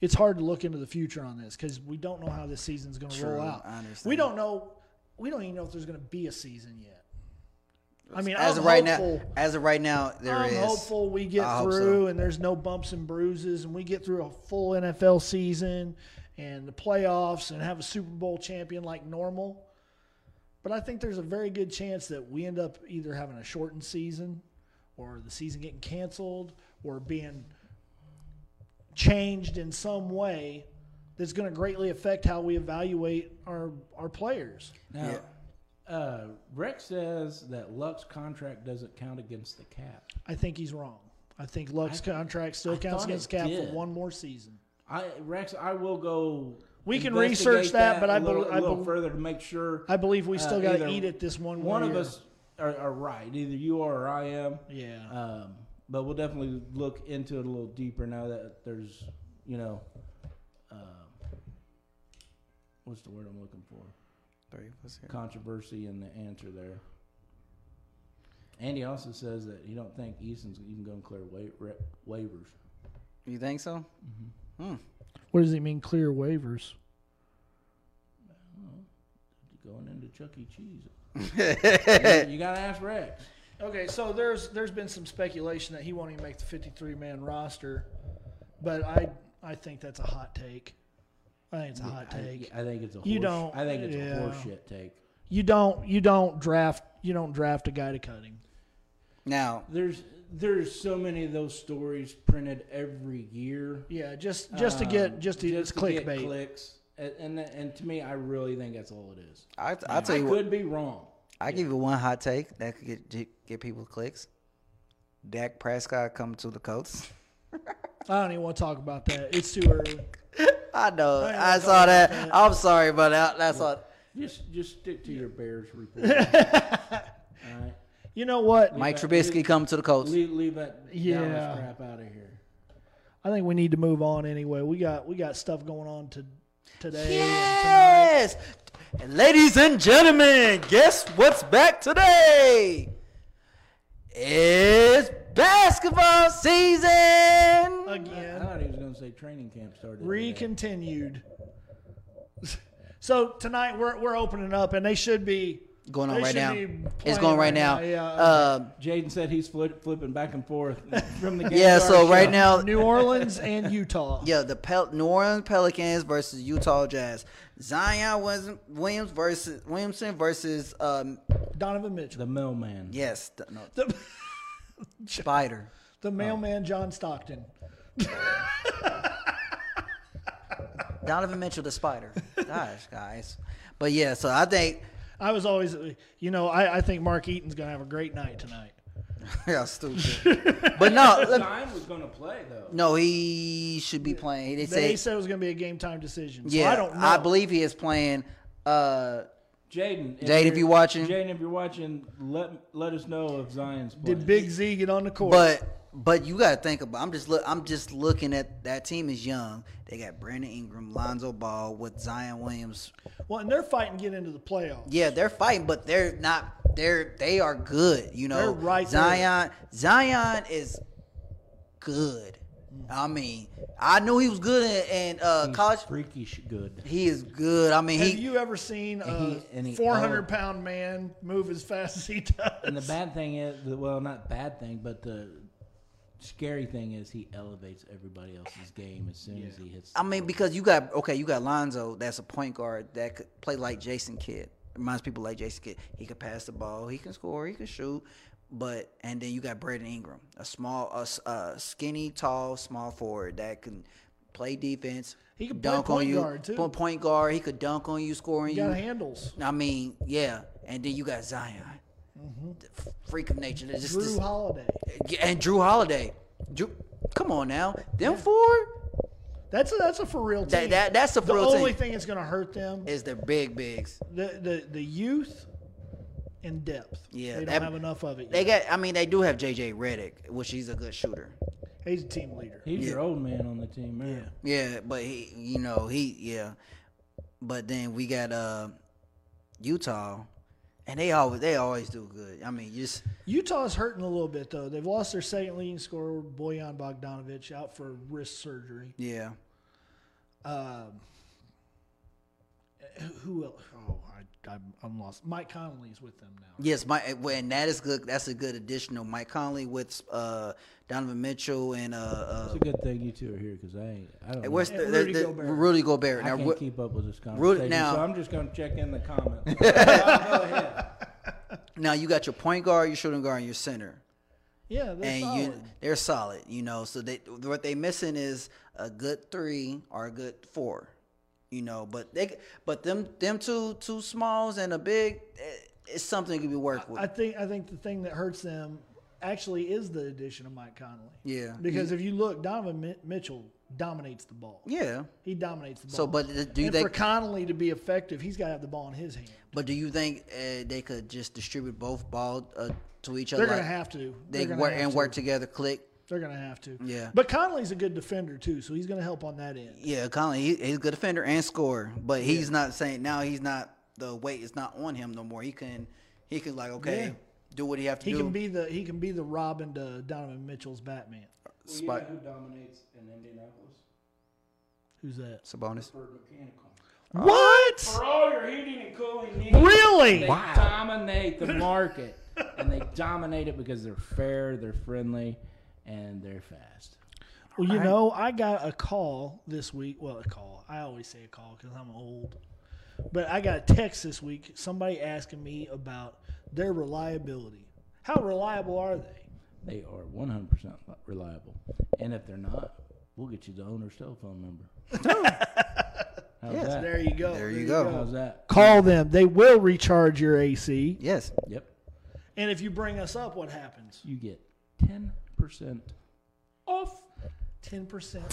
[SPEAKER 2] it's hard to look into the future on this because we don't know how this season's going to roll
[SPEAKER 3] True,
[SPEAKER 2] out.
[SPEAKER 3] I understand.
[SPEAKER 2] We don't know. We don't even know if there's going to be a season yet. I mean,
[SPEAKER 3] As
[SPEAKER 2] I'm
[SPEAKER 3] of right
[SPEAKER 2] hopeful.
[SPEAKER 3] now, as of right now, there
[SPEAKER 2] I'm
[SPEAKER 3] is.
[SPEAKER 2] hopeful we get
[SPEAKER 3] I hope so.
[SPEAKER 2] through and there's no bumps and bruises and we get through a full NFL season and the playoffs and have a Super Bowl champion like normal. But I think there's a very good chance that we end up either having a shortened season or the season getting canceled or being changed in some way that's going to greatly affect how we evaluate our our players.
[SPEAKER 4] Now, uh, Rex says that Luck's contract doesn't count against the cap.
[SPEAKER 2] I think he's wrong. I think Luck's contract still
[SPEAKER 4] I
[SPEAKER 2] counts
[SPEAKER 4] thought it
[SPEAKER 2] against Cap for
[SPEAKER 4] did.
[SPEAKER 2] one more season.
[SPEAKER 4] I Rex, I will go.
[SPEAKER 2] We can
[SPEAKER 4] investigate
[SPEAKER 2] research that, but
[SPEAKER 4] a
[SPEAKER 2] I
[SPEAKER 4] little,
[SPEAKER 2] bel-
[SPEAKER 4] a
[SPEAKER 2] I
[SPEAKER 4] little
[SPEAKER 2] bel-
[SPEAKER 4] further to make sure
[SPEAKER 2] I believe we still
[SPEAKER 4] uh,
[SPEAKER 2] got
[SPEAKER 4] either
[SPEAKER 2] to eat at this one.
[SPEAKER 4] one
[SPEAKER 2] more
[SPEAKER 4] of
[SPEAKER 2] year.
[SPEAKER 4] us are, are right. Either you are or I am.
[SPEAKER 2] Yeah.
[SPEAKER 4] Um, but we'll definitely look into it a little deeper now that there's, you know, um, what's the word I'm looking for?
[SPEAKER 3] Three of us here.
[SPEAKER 4] Controversy in the answer there. Andy also says that he don't think Easton's even going to clear wa- re- waivers.
[SPEAKER 3] You think so?
[SPEAKER 2] What does he mean? Clear waivers.
[SPEAKER 4] Going into Chuck E. Cheese. you, got to ask Rex.
[SPEAKER 2] Okay, so there's there's been some speculation that he won't even make the 53 man roster, but I I think that's a hot take. I think it's a hot take.
[SPEAKER 4] I, I think it's a horse,
[SPEAKER 2] You don't-
[SPEAKER 4] I think it's
[SPEAKER 2] yeah.
[SPEAKER 4] a horseshit take.
[SPEAKER 2] You don't you don't draft you don't draft a guy to cut him.
[SPEAKER 3] Now,
[SPEAKER 4] There's there's so many of those stories printed every year.
[SPEAKER 2] Yeah, just just to
[SPEAKER 4] Um,
[SPEAKER 2] get just to it's
[SPEAKER 4] get
[SPEAKER 2] clickbait.
[SPEAKER 4] clicks. And, and and to me, I really think that's all it is.
[SPEAKER 3] I, I'll tell
[SPEAKER 4] I
[SPEAKER 3] you what.
[SPEAKER 4] could be wrong.
[SPEAKER 3] I give you one hot take that could get get people clicks. Dak Prescott come to the Colts.
[SPEAKER 2] I don't even want to talk about that. It's too early.
[SPEAKER 3] I know.
[SPEAKER 2] ain't
[SPEAKER 3] I
[SPEAKER 2] gonna
[SPEAKER 3] saw
[SPEAKER 2] talk about
[SPEAKER 3] that.
[SPEAKER 2] that.
[SPEAKER 3] I'm sorry, but I, that's all.
[SPEAKER 4] Just just stick to your Bears report. all right,
[SPEAKER 2] You know what?
[SPEAKER 3] Mike
[SPEAKER 4] that-
[SPEAKER 3] Trubisky come to the Colts.
[SPEAKER 4] leave, leave that
[SPEAKER 2] Yeah.
[SPEAKER 4] Dallas crap out of here.
[SPEAKER 2] I think we need to move on anyway. We got we got stuff going on to today. And tonight.
[SPEAKER 3] Yes, and ladies and gentlemen, guess what's back today? It's basketball season.
[SPEAKER 2] Uh,
[SPEAKER 4] I
[SPEAKER 2] Again,
[SPEAKER 4] thought he was going to say training camp started. today.
[SPEAKER 2] recontinued. so tonight we're we're opening up, and they should be
[SPEAKER 3] Going on
[SPEAKER 2] they
[SPEAKER 3] right
[SPEAKER 2] should
[SPEAKER 3] now.
[SPEAKER 2] be
[SPEAKER 3] It's
[SPEAKER 2] playing
[SPEAKER 3] going right now.
[SPEAKER 2] Yeah.
[SPEAKER 3] Um,
[SPEAKER 4] Jaden said he's flip, flipping back and forth from the game.
[SPEAKER 3] yeah.
[SPEAKER 4] to our
[SPEAKER 3] So right
[SPEAKER 4] show.
[SPEAKER 3] now,
[SPEAKER 2] New Orleans and Utah.
[SPEAKER 3] Yeah, the Pel- New Orleans Pelicans versus Utah Jazz. Zion Wis- Williams versus Williamson versus um
[SPEAKER 2] Donovan Mitchell,
[SPEAKER 4] the mailman.
[SPEAKER 3] yes, the, no,
[SPEAKER 2] the,
[SPEAKER 3] Spider.
[SPEAKER 2] the mailman John Stockton.
[SPEAKER 3] Donovan Mitchell the Spider. Gosh, guys. But yeah, so I think
[SPEAKER 2] I was always, you know, I, I think Mark Eaton's gonna have a great night tonight.
[SPEAKER 3] yeah, stupid. but no, let-
[SPEAKER 4] Time was going to play though.
[SPEAKER 3] no, he should be playing.
[SPEAKER 2] They
[SPEAKER 3] They say
[SPEAKER 2] said it was gonna be a game time decision. So
[SPEAKER 3] yeah.
[SPEAKER 2] I don't know.
[SPEAKER 3] believe he is playing. Uh,
[SPEAKER 4] Jaden.
[SPEAKER 3] Jaden, if
[SPEAKER 4] you're-
[SPEAKER 3] you watching-
[SPEAKER 4] Jaden, if you're watching, let let us know if Zion's playing.
[SPEAKER 2] Did Big Z get on the court?
[SPEAKER 3] but but you got to think about. I'm just look. I'm just looking at that team is young. They got Brandon Ingram, Lonzo Ball with Zion Williams
[SPEAKER 2] well, and they're fighting to get into the playoffs.
[SPEAKER 3] Yeah, they're fighting, but they're not. They're they are good. You know,
[SPEAKER 2] They're right there.
[SPEAKER 3] Zion Zion is good. I mean, I knew he was good in, in uh, college.
[SPEAKER 4] Freaky sh- good.
[SPEAKER 3] He is good. I mean,
[SPEAKER 2] Have
[SPEAKER 3] he
[SPEAKER 2] you ever seen a
[SPEAKER 4] he- and he-
[SPEAKER 2] 400 pound man move as fast as he does?
[SPEAKER 4] And the bad thing is, the- well, not bad thing, but the scary thing is he elevates everybody else's game as soon as he hits.
[SPEAKER 3] I mean, because you got okay, you got Lonzo. That's a point guard that could play like Jason Kidd. Reminds people like Jason Kidd. He could pass the ball. He can score. He can shoot. But and then you got Brandon Ingram, a small, a, s- a skinny, tall, small forward that can play defense.
[SPEAKER 2] He can play point
[SPEAKER 3] on you.
[SPEAKER 2] guard, too.
[SPEAKER 3] Point- Point guard. He could dunk on you, scoring
[SPEAKER 2] You
[SPEAKER 3] you.
[SPEAKER 2] got handles.
[SPEAKER 3] I mean, yeah. And then you got Zion, The f- freak of nature. That's Just,
[SPEAKER 2] Mm-hmm. Drew
[SPEAKER 3] this-
[SPEAKER 2] Holiday.
[SPEAKER 3] and Drew Holiday. Drew, come on now, them four.
[SPEAKER 2] That's a, that's a for real team.
[SPEAKER 3] That- that- that's a for
[SPEAKER 2] the
[SPEAKER 3] real
[SPEAKER 2] only
[SPEAKER 3] team.
[SPEAKER 2] thing that's going to hurt them
[SPEAKER 3] is the big bigs.
[SPEAKER 2] the the the youth and depth.
[SPEAKER 3] Yeah,
[SPEAKER 2] they don't
[SPEAKER 3] that-
[SPEAKER 2] have enough of it.
[SPEAKER 3] They
[SPEAKER 2] Yet.
[SPEAKER 3] got. I mean, they do have JJ Reddick, which he's a good shooter.
[SPEAKER 2] He's a team leader.
[SPEAKER 4] he's your old man on the team, man.
[SPEAKER 3] Yeah, but he, you know, he, yeah. But then we got uh Utah, and they always they always do good. I mean, just
[SPEAKER 2] Utah's hurting a little bit though. They've lost their second leading scorer, Boyan Bogdanovich, out for wrist surgery.
[SPEAKER 3] yeah.
[SPEAKER 2] Um, who else? Oh, I, I'm, I'm lost. Mike Connolly's with them now.
[SPEAKER 3] Yes, my and that is good. That's a good additional. Mike Conley with uh Donovan Mitchell and uh, uh
[SPEAKER 4] It's a good thing you two are here because I ain't. I don't.
[SPEAKER 3] where's
[SPEAKER 2] And
[SPEAKER 3] the, the,
[SPEAKER 2] Rudy
[SPEAKER 3] the-
[SPEAKER 2] Gobert.
[SPEAKER 3] Rudy Gobert.
[SPEAKER 4] know. I
[SPEAKER 3] Now,
[SPEAKER 4] can't
[SPEAKER 3] Ru-
[SPEAKER 4] keep up with this conversation,
[SPEAKER 3] now-
[SPEAKER 4] so I'm just gonna check in the comments. Y'all go ahead.
[SPEAKER 3] now you got your point guard, your shooting guard, and your center.
[SPEAKER 2] Yeah, they're
[SPEAKER 3] and
[SPEAKER 2] solid.
[SPEAKER 3] you they're solid, you know. So they what they missing is a good three or a good four, you know. But they but them them two two smalls and a big eh, it's something to be worked with.
[SPEAKER 2] I think I think the thing that hurts them actually is the addition of Mike Connolly.
[SPEAKER 3] Yeah.
[SPEAKER 2] Because if you look, Donovan Mi- Mitchell dominates the ball.
[SPEAKER 3] Yeah.
[SPEAKER 2] He dominates the ball.
[SPEAKER 3] So, but th- do you
[SPEAKER 2] and for
[SPEAKER 3] think?
[SPEAKER 2] Connolly to be effective, he's got to have the ball in his hand.
[SPEAKER 3] But do you think uh, they could just distribute both ball uh, to each other?
[SPEAKER 2] They're going
[SPEAKER 3] like
[SPEAKER 2] to have to.
[SPEAKER 3] They
[SPEAKER 2] They're gonna
[SPEAKER 3] work
[SPEAKER 2] have
[SPEAKER 3] and
[SPEAKER 2] to.
[SPEAKER 3] work together. Click.
[SPEAKER 2] They're going to have to.
[SPEAKER 3] Yeah.
[SPEAKER 2] But Connolly's a good defender too, so he's going to help on that end.
[SPEAKER 3] Yeah, Conley, he, he's a good defender and scorer, but he's not saying now he's not the weight is not on him no more. He can he can like okay
[SPEAKER 2] Yeah.
[SPEAKER 3] do what he have to
[SPEAKER 2] He
[SPEAKER 3] do.
[SPEAKER 2] can be the he can be the Robin to Donovan Mitchell's Batman.
[SPEAKER 3] Spot-
[SPEAKER 4] who dominates in Indianapolis?
[SPEAKER 2] Who's that?
[SPEAKER 3] Sabonis.
[SPEAKER 4] Preferred Mechanical.
[SPEAKER 3] Uh,
[SPEAKER 2] What?
[SPEAKER 4] For all your heating and cooling needs,
[SPEAKER 2] Really?
[SPEAKER 4] they
[SPEAKER 2] Wow.
[SPEAKER 4] dominate the market, and they dominate it because they're fair, they're friendly, and they're fast.
[SPEAKER 2] Well, you know, I got a call this week. Well, a call. I always say a call because I'm old. But I got a text this week. Somebody asking me about their reliability. How reliable are they?
[SPEAKER 4] They are 100% reliable, and if they're not, we'll get you the owner's telephone number. How's that?
[SPEAKER 2] There you go.
[SPEAKER 3] There you go.
[SPEAKER 4] How's that?
[SPEAKER 2] Call them. They will recharge your AC.
[SPEAKER 3] Yes.
[SPEAKER 4] Yep.
[SPEAKER 2] And if you bring us up, what happens?
[SPEAKER 4] You get 10% off.
[SPEAKER 2] Ten percent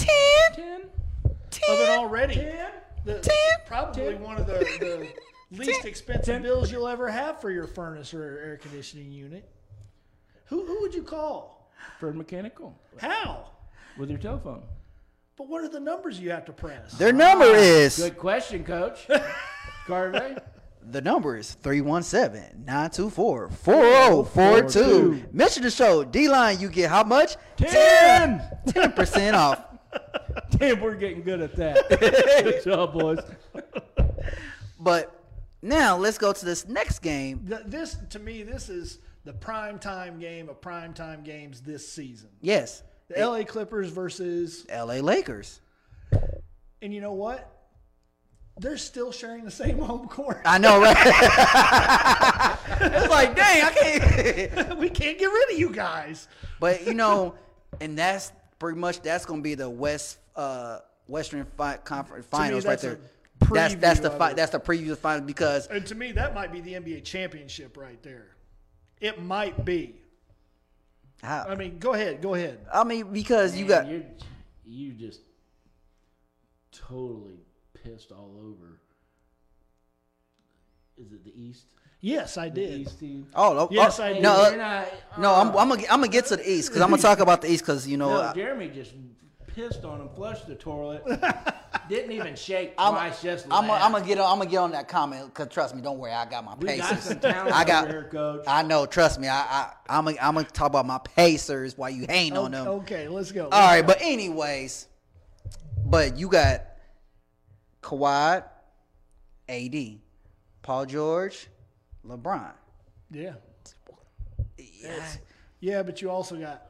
[SPEAKER 4] 10.
[SPEAKER 2] of it already.
[SPEAKER 4] 10.
[SPEAKER 2] The, Probably one of the, the least expensive bills you'll ever have for your furnace or air conditioning unit. Who who would you call?
[SPEAKER 4] For mechanical
[SPEAKER 2] How?
[SPEAKER 4] with your telephone.
[SPEAKER 2] But what are the numbers you have to press?
[SPEAKER 3] Their number is
[SPEAKER 4] Good question, coach. Carvey.
[SPEAKER 3] the number is 317-924-4042. Mention the show. D line, you get how much?
[SPEAKER 4] 10.
[SPEAKER 3] Ten percent off.
[SPEAKER 4] Damn, we're getting good at that. good job, boys.
[SPEAKER 3] But now let's go to this next game.
[SPEAKER 2] Th- this to me, this is the prime time game of prime time games this season.
[SPEAKER 3] Yes.
[SPEAKER 2] The LA Clippers versus,
[SPEAKER 3] LA Lakers.
[SPEAKER 2] and you know what? They're still sharing the same home court.
[SPEAKER 3] I know, right? it's like, dang, I can't
[SPEAKER 2] we can't get rid of you guys.
[SPEAKER 3] But you know, and that's pretty much that's gonna be the West uh Western fi- Conference Finals right
[SPEAKER 2] that's a
[SPEAKER 3] there. That's that's
[SPEAKER 2] preview
[SPEAKER 3] the
[SPEAKER 2] of
[SPEAKER 3] fi-
[SPEAKER 2] it.
[SPEAKER 3] that's the preview of final because
[SPEAKER 2] And to me, that might be the NBA championship right there. It might be. I
[SPEAKER 3] how,
[SPEAKER 2] mean, go ahead, go ahead.
[SPEAKER 3] I mean because you got
[SPEAKER 4] you you just totally pissed all over. Is it the East?
[SPEAKER 2] Yes, I
[SPEAKER 4] The
[SPEAKER 2] did.
[SPEAKER 4] East team?
[SPEAKER 3] oh, oh
[SPEAKER 2] Yes,
[SPEAKER 3] oh,
[SPEAKER 2] I
[SPEAKER 3] no
[SPEAKER 4] You're
[SPEAKER 3] uh,
[SPEAKER 4] not,
[SPEAKER 3] no I'm
[SPEAKER 4] uh,
[SPEAKER 3] I'm gonna get- I'm gonna get to the East because I'm gonna talk about the East because you know
[SPEAKER 4] No,
[SPEAKER 3] I,
[SPEAKER 4] Jeremy just pissed on him, flushed the toilet, didn't even shake
[SPEAKER 3] I'm
[SPEAKER 4] twice. just
[SPEAKER 3] I'm
[SPEAKER 4] laughed.
[SPEAKER 3] gonna get on I'm gonna get on that comment because trust me, don't worry, I got my
[SPEAKER 4] We got
[SPEAKER 3] Pacers.
[SPEAKER 4] some talent
[SPEAKER 3] I got
[SPEAKER 4] over here, coach.
[SPEAKER 3] I know, trust me, I I I'm gonna I'm gonna talk about my Pacers while you hang on them.
[SPEAKER 2] Okay, let's go.
[SPEAKER 3] All right, but anyways, but you got Kawhi, AD, Paul George, LeBron.
[SPEAKER 2] Yeah.
[SPEAKER 3] Yes.
[SPEAKER 2] Yeah, but you also got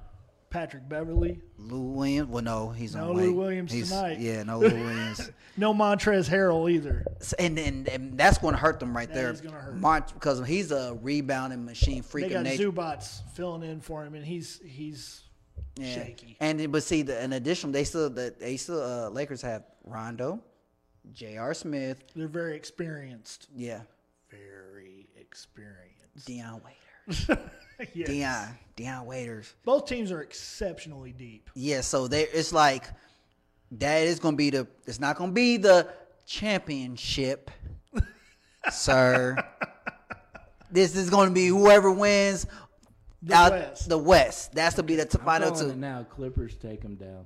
[SPEAKER 2] Patrick Beverly.
[SPEAKER 3] Lou Williams. Well, no, he's
[SPEAKER 2] No
[SPEAKER 3] on
[SPEAKER 2] Lou
[SPEAKER 3] Wake.
[SPEAKER 2] Williams
[SPEAKER 3] He's-
[SPEAKER 2] tonight.
[SPEAKER 3] Yeah, no Lou Williams.
[SPEAKER 2] No Montrez Harrell either.
[SPEAKER 3] So- and, and and that's going to hurt them right there.
[SPEAKER 2] is gonna hurt 'em.
[SPEAKER 3] because he's a rebounding machine,
[SPEAKER 2] They
[SPEAKER 3] freaking
[SPEAKER 2] got
[SPEAKER 3] nature.
[SPEAKER 2] Zubats filling in for him, and he's he's
[SPEAKER 3] Yeah.
[SPEAKER 2] shaky.
[SPEAKER 3] And then- but see, the, in addition, they still the, they still uh, Lakers have Rondo, J.R. Smith,
[SPEAKER 2] They're very experienced.
[SPEAKER 3] yeah,
[SPEAKER 2] Very experienced.
[SPEAKER 3] Deion Waiters,
[SPEAKER 2] yes.
[SPEAKER 3] Deion Deion Waiters.
[SPEAKER 2] Both teams are exceptionally deep.
[SPEAKER 3] Yeah, so there it's like that is gonna be the it's not gonna be the championship, sir. This is gonna be whoever wins
[SPEAKER 2] The West.
[SPEAKER 3] the West. That's to be the t-
[SPEAKER 4] I'm
[SPEAKER 3] final
[SPEAKER 4] calling it
[SPEAKER 3] two. Ah,
[SPEAKER 4] now. Clippers take them down.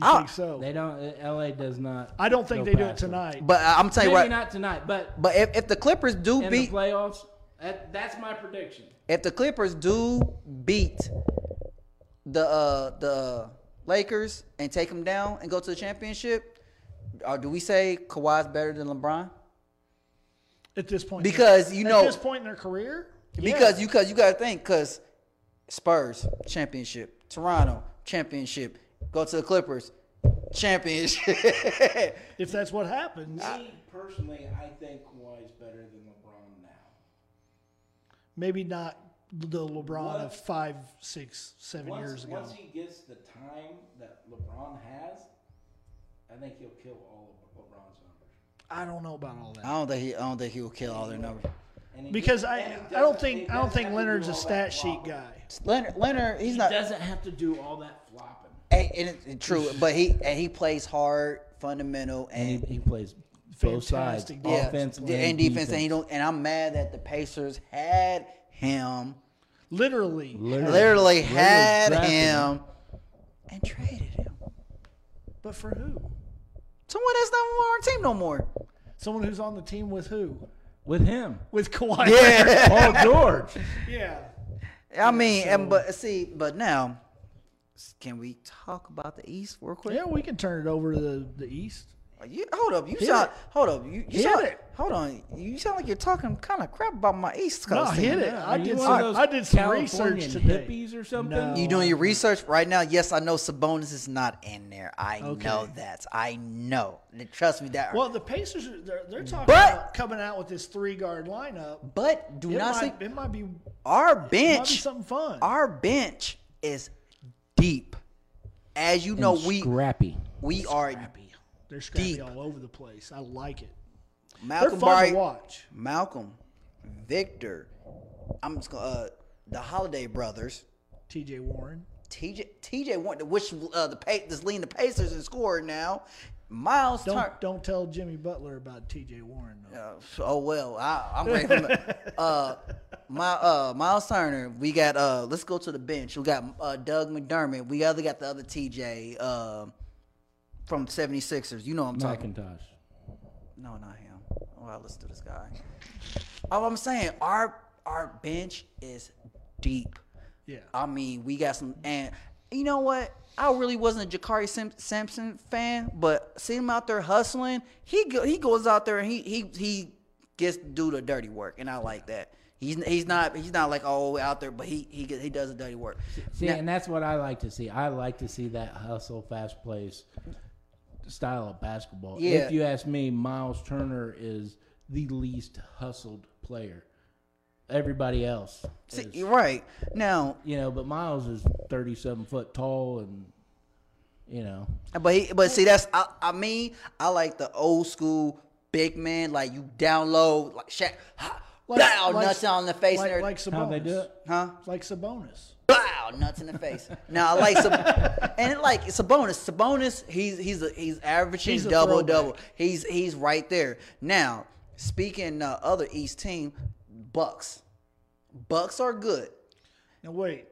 [SPEAKER 2] I
[SPEAKER 3] I-
[SPEAKER 2] think so.
[SPEAKER 4] They don't. LA does not.
[SPEAKER 2] I don't
[SPEAKER 4] go
[SPEAKER 2] think they do it
[SPEAKER 4] past them.
[SPEAKER 2] tonight.
[SPEAKER 3] But I- I'm telling
[SPEAKER 4] Maybe
[SPEAKER 3] you right.
[SPEAKER 4] not tonight, but
[SPEAKER 3] But if, if the Clippers do
[SPEAKER 4] in
[SPEAKER 3] beat
[SPEAKER 4] the playoffs, that, that's my prediction.
[SPEAKER 3] if the Clippers do beat the uh, the Lakers and take them down and go to the championship, or do we say Kawhi's better than LeBron?
[SPEAKER 2] at this point,
[SPEAKER 3] Because you know
[SPEAKER 2] at this point in their career,
[SPEAKER 3] Because you cause you gotta think, cause Spurs, championship, Toronto, championship, go to the Clippers, championship.
[SPEAKER 2] if that's what happens,
[SPEAKER 3] Ah.
[SPEAKER 4] Me personally, I think Kawhi's better than LeBron now.
[SPEAKER 2] maybe not the LeBron
[SPEAKER 4] What?
[SPEAKER 2] of five, six, seven
[SPEAKER 4] Once,
[SPEAKER 2] years ago.
[SPEAKER 4] once he gets the time that LeBron has, I think he'll kill all of LeBron's numbers.
[SPEAKER 2] I don't know about all that
[SPEAKER 3] I don't think he I don't think he will kill all their numbers.
[SPEAKER 4] And he
[SPEAKER 2] because
[SPEAKER 4] doesn't-
[SPEAKER 2] I
[SPEAKER 4] and he
[SPEAKER 2] I don't
[SPEAKER 4] doesn't- he
[SPEAKER 2] think I don't
[SPEAKER 4] doesn't
[SPEAKER 2] think
[SPEAKER 4] have to
[SPEAKER 2] Leonard's
[SPEAKER 4] do
[SPEAKER 2] a
[SPEAKER 4] all
[SPEAKER 2] stat
[SPEAKER 4] that
[SPEAKER 2] sheet
[SPEAKER 4] wobble.
[SPEAKER 2] guy.
[SPEAKER 3] Leonard, Leonard, he's
[SPEAKER 4] He
[SPEAKER 3] not.
[SPEAKER 4] doesn't have to do all that flopping.
[SPEAKER 3] Hey, and it, it- true, but he and he plays hard, fundamental, and
[SPEAKER 4] He, he plays both sides,
[SPEAKER 2] Fantastic
[SPEAKER 3] yeah,
[SPEAKER 4] offense and,
[SPEAKER 3] and, defense, and he don't. And I'm mad that the Pacers had him,
[SPEAKER 2] Literally.
[SPEAKER 4] Literally,
[SPEAKER 3] literally
[SPEAKER 4] literally
[SPEAKER 3] had
[SPEAKER 4] drafted
[SPEAKER 3] him, and traded him.
[SPEAKER 2] But for who?
[SPEAKER 3] Someone that's not on our team no more.
[SPEAKER 2] Someone who's on the team with who?
[SPEAKER 4] with him.
[SPEAKER 2] With Kawhi. Leonard.
[SPEAKER 3] Yeah,
[SPEAKER 4] Paul George.
[SPEAKER 2] yeah.
[SPEAKER 3] I mean, and but see, but now, can we talk about the East real quick?
[SPEAKER 2] Yeah, we can turn it over to the, the East.
[SPEAKER 3] You, hold up, you
[SPEAKER 2] Hit
[SPEAKER 3] sound.
[SPEAKER 2] it.
[SPEAKER 3] Hold up, you, you
[SPEAKER 2] Hit
[SPEAKER 3] sound.
[SPEAKER 2] it.
[SPEAKER 3] Hold on, you sound like you're talking kind of crap about my East
[SPEAKER 2] No,
[SPEAKER 3] Coast. team.
[SPEAKER 2] hit it. I
[SPEAKER 4] Are you
[SPEAKER 2] did,
[SPEAKER 4] one of
[SPEAKER 2] some,
[SPEAKER 4] those
[SPEAKER 2] I did some
[SPEAKER 4] Californian
[SPEAKER 2] research today.
[SPEAKER 4] Hippies or something.
[SPEAKER 2] No.
[SPEAKER 3] You doing your research right now? Yes, I know Sabonis is not in there. I know
[SPEAKER 2] Okay.
[SPEAKER 3] that. I know. Trust me that.
[SPEAKER 2] Well, the Pacers are they're, they're talking
[SPEAKER 3] But-
[SPEAKER 2] about coming out with this three guard lineup.
[SPEAKER 3] but do
[SPEAKER 2] It
[SPEAKER 3] not
[SPEAKER 2] might,
[SPEAKER 3] say
[SPEAKER 2] it might be
[SPEAKER 3] our
[SPEAKER 2] might be
[SPEAKER 3] bench.
[SPEAKER 2] something fun.
[SPEAKER 3] Our bench is deep. As you know, we
[SPEAKER 4] scrappy.
[SPEAKER 3] we are
[SPEAKER 2] Scrappy. They're scrappy
[SPEAKER 3] deep.
[SPEAKER 2] all over the place. I like it. They're
[SPEAKER 3] Malcolm
[SPEAKER 2] fun
[SPEAKER 3] Bright,
[SPEAKER 2] to watch.
[SPEAKER 3] Malcolm, Victor. I'm just gonna, uh, the Holiday brothers.
[SPEAKER 2] T.J. Warren.
[SPEAKER 3] TJ TJ went to which uh, the pa- this leading the Pacers and scored now. Miles
[SPEAKER 2] Don't
[SPEAKER 3] Turner.
[SPEAKER 2] don't tell Jimmy Butler about T.J. Warren though.
[SPEAKER 3] Uh, oh well, I, I'm ready for my- uh, my uh, Miles Turner. We got uh, let's go to the bench. We got uh, Doug McDermott. We other got the other TJ uh, from 76ers. You know what I'm talking.
[SPEAKER 4] Macintosh.
[SPEAKER 3] No, not him. Well, listen to this guy. Oh, I'm saying our our bench is deep.
[SPEAKER 2] Yeah.
[SPEAKER 3] I mean, we got some, and you know what? I really wasn't a Jakari Sim- Simpson fan, but seeing him out there hustling, he go, he goes out there and he he he gets to do the dirty work, and I like that. He's he's not he's not like all out there, but he he get- he does the dirty work.
[SPEAKER 4] See,
[SPEAKER 3] Now-
[SPEAKER 4] and that's what I like to see. I like to see that hustle, fast plays style of basketball.
[SPEAKER 3] Yeah.
[SPEAKER 4] If you ask me, Miles Turner is the least hustled player. Everybody else,
[SPEAKER 3] See,
[SPEAKER 4] is,
[SPEAKER 3] you're right now,
[SPEAKER 4] you know, but Miles is thirty-seven foot tall, and you know,
[SPEAKER 3] but he, but see that's I, I mean I like the old school big man like you download like Shaq, ha, bow nuts on the face and
[SPEAKER 2] Like,
[SPEAKER 3] everything.
[SPEAKER 2] like Sabonis.
[SPEAKER 4] how they do it.
[SPEAKER 3] huh?
[SPEAKER 2] Like Sabonis.
[SPEAKER 3] Wow, nuts in the face. Now I like some, and it like it's a bonus. It's a bonus. He's he's a, he's averaging
[SPEAKER 2] He's a
[SPEAKER 3] double
[SPEAKER 2] throwback.
[SPEAKER 3] double. He's he's right there. Now speaking uh, other East team, Bucks. Bucks are good.
[SPEAKER 2] Now wait.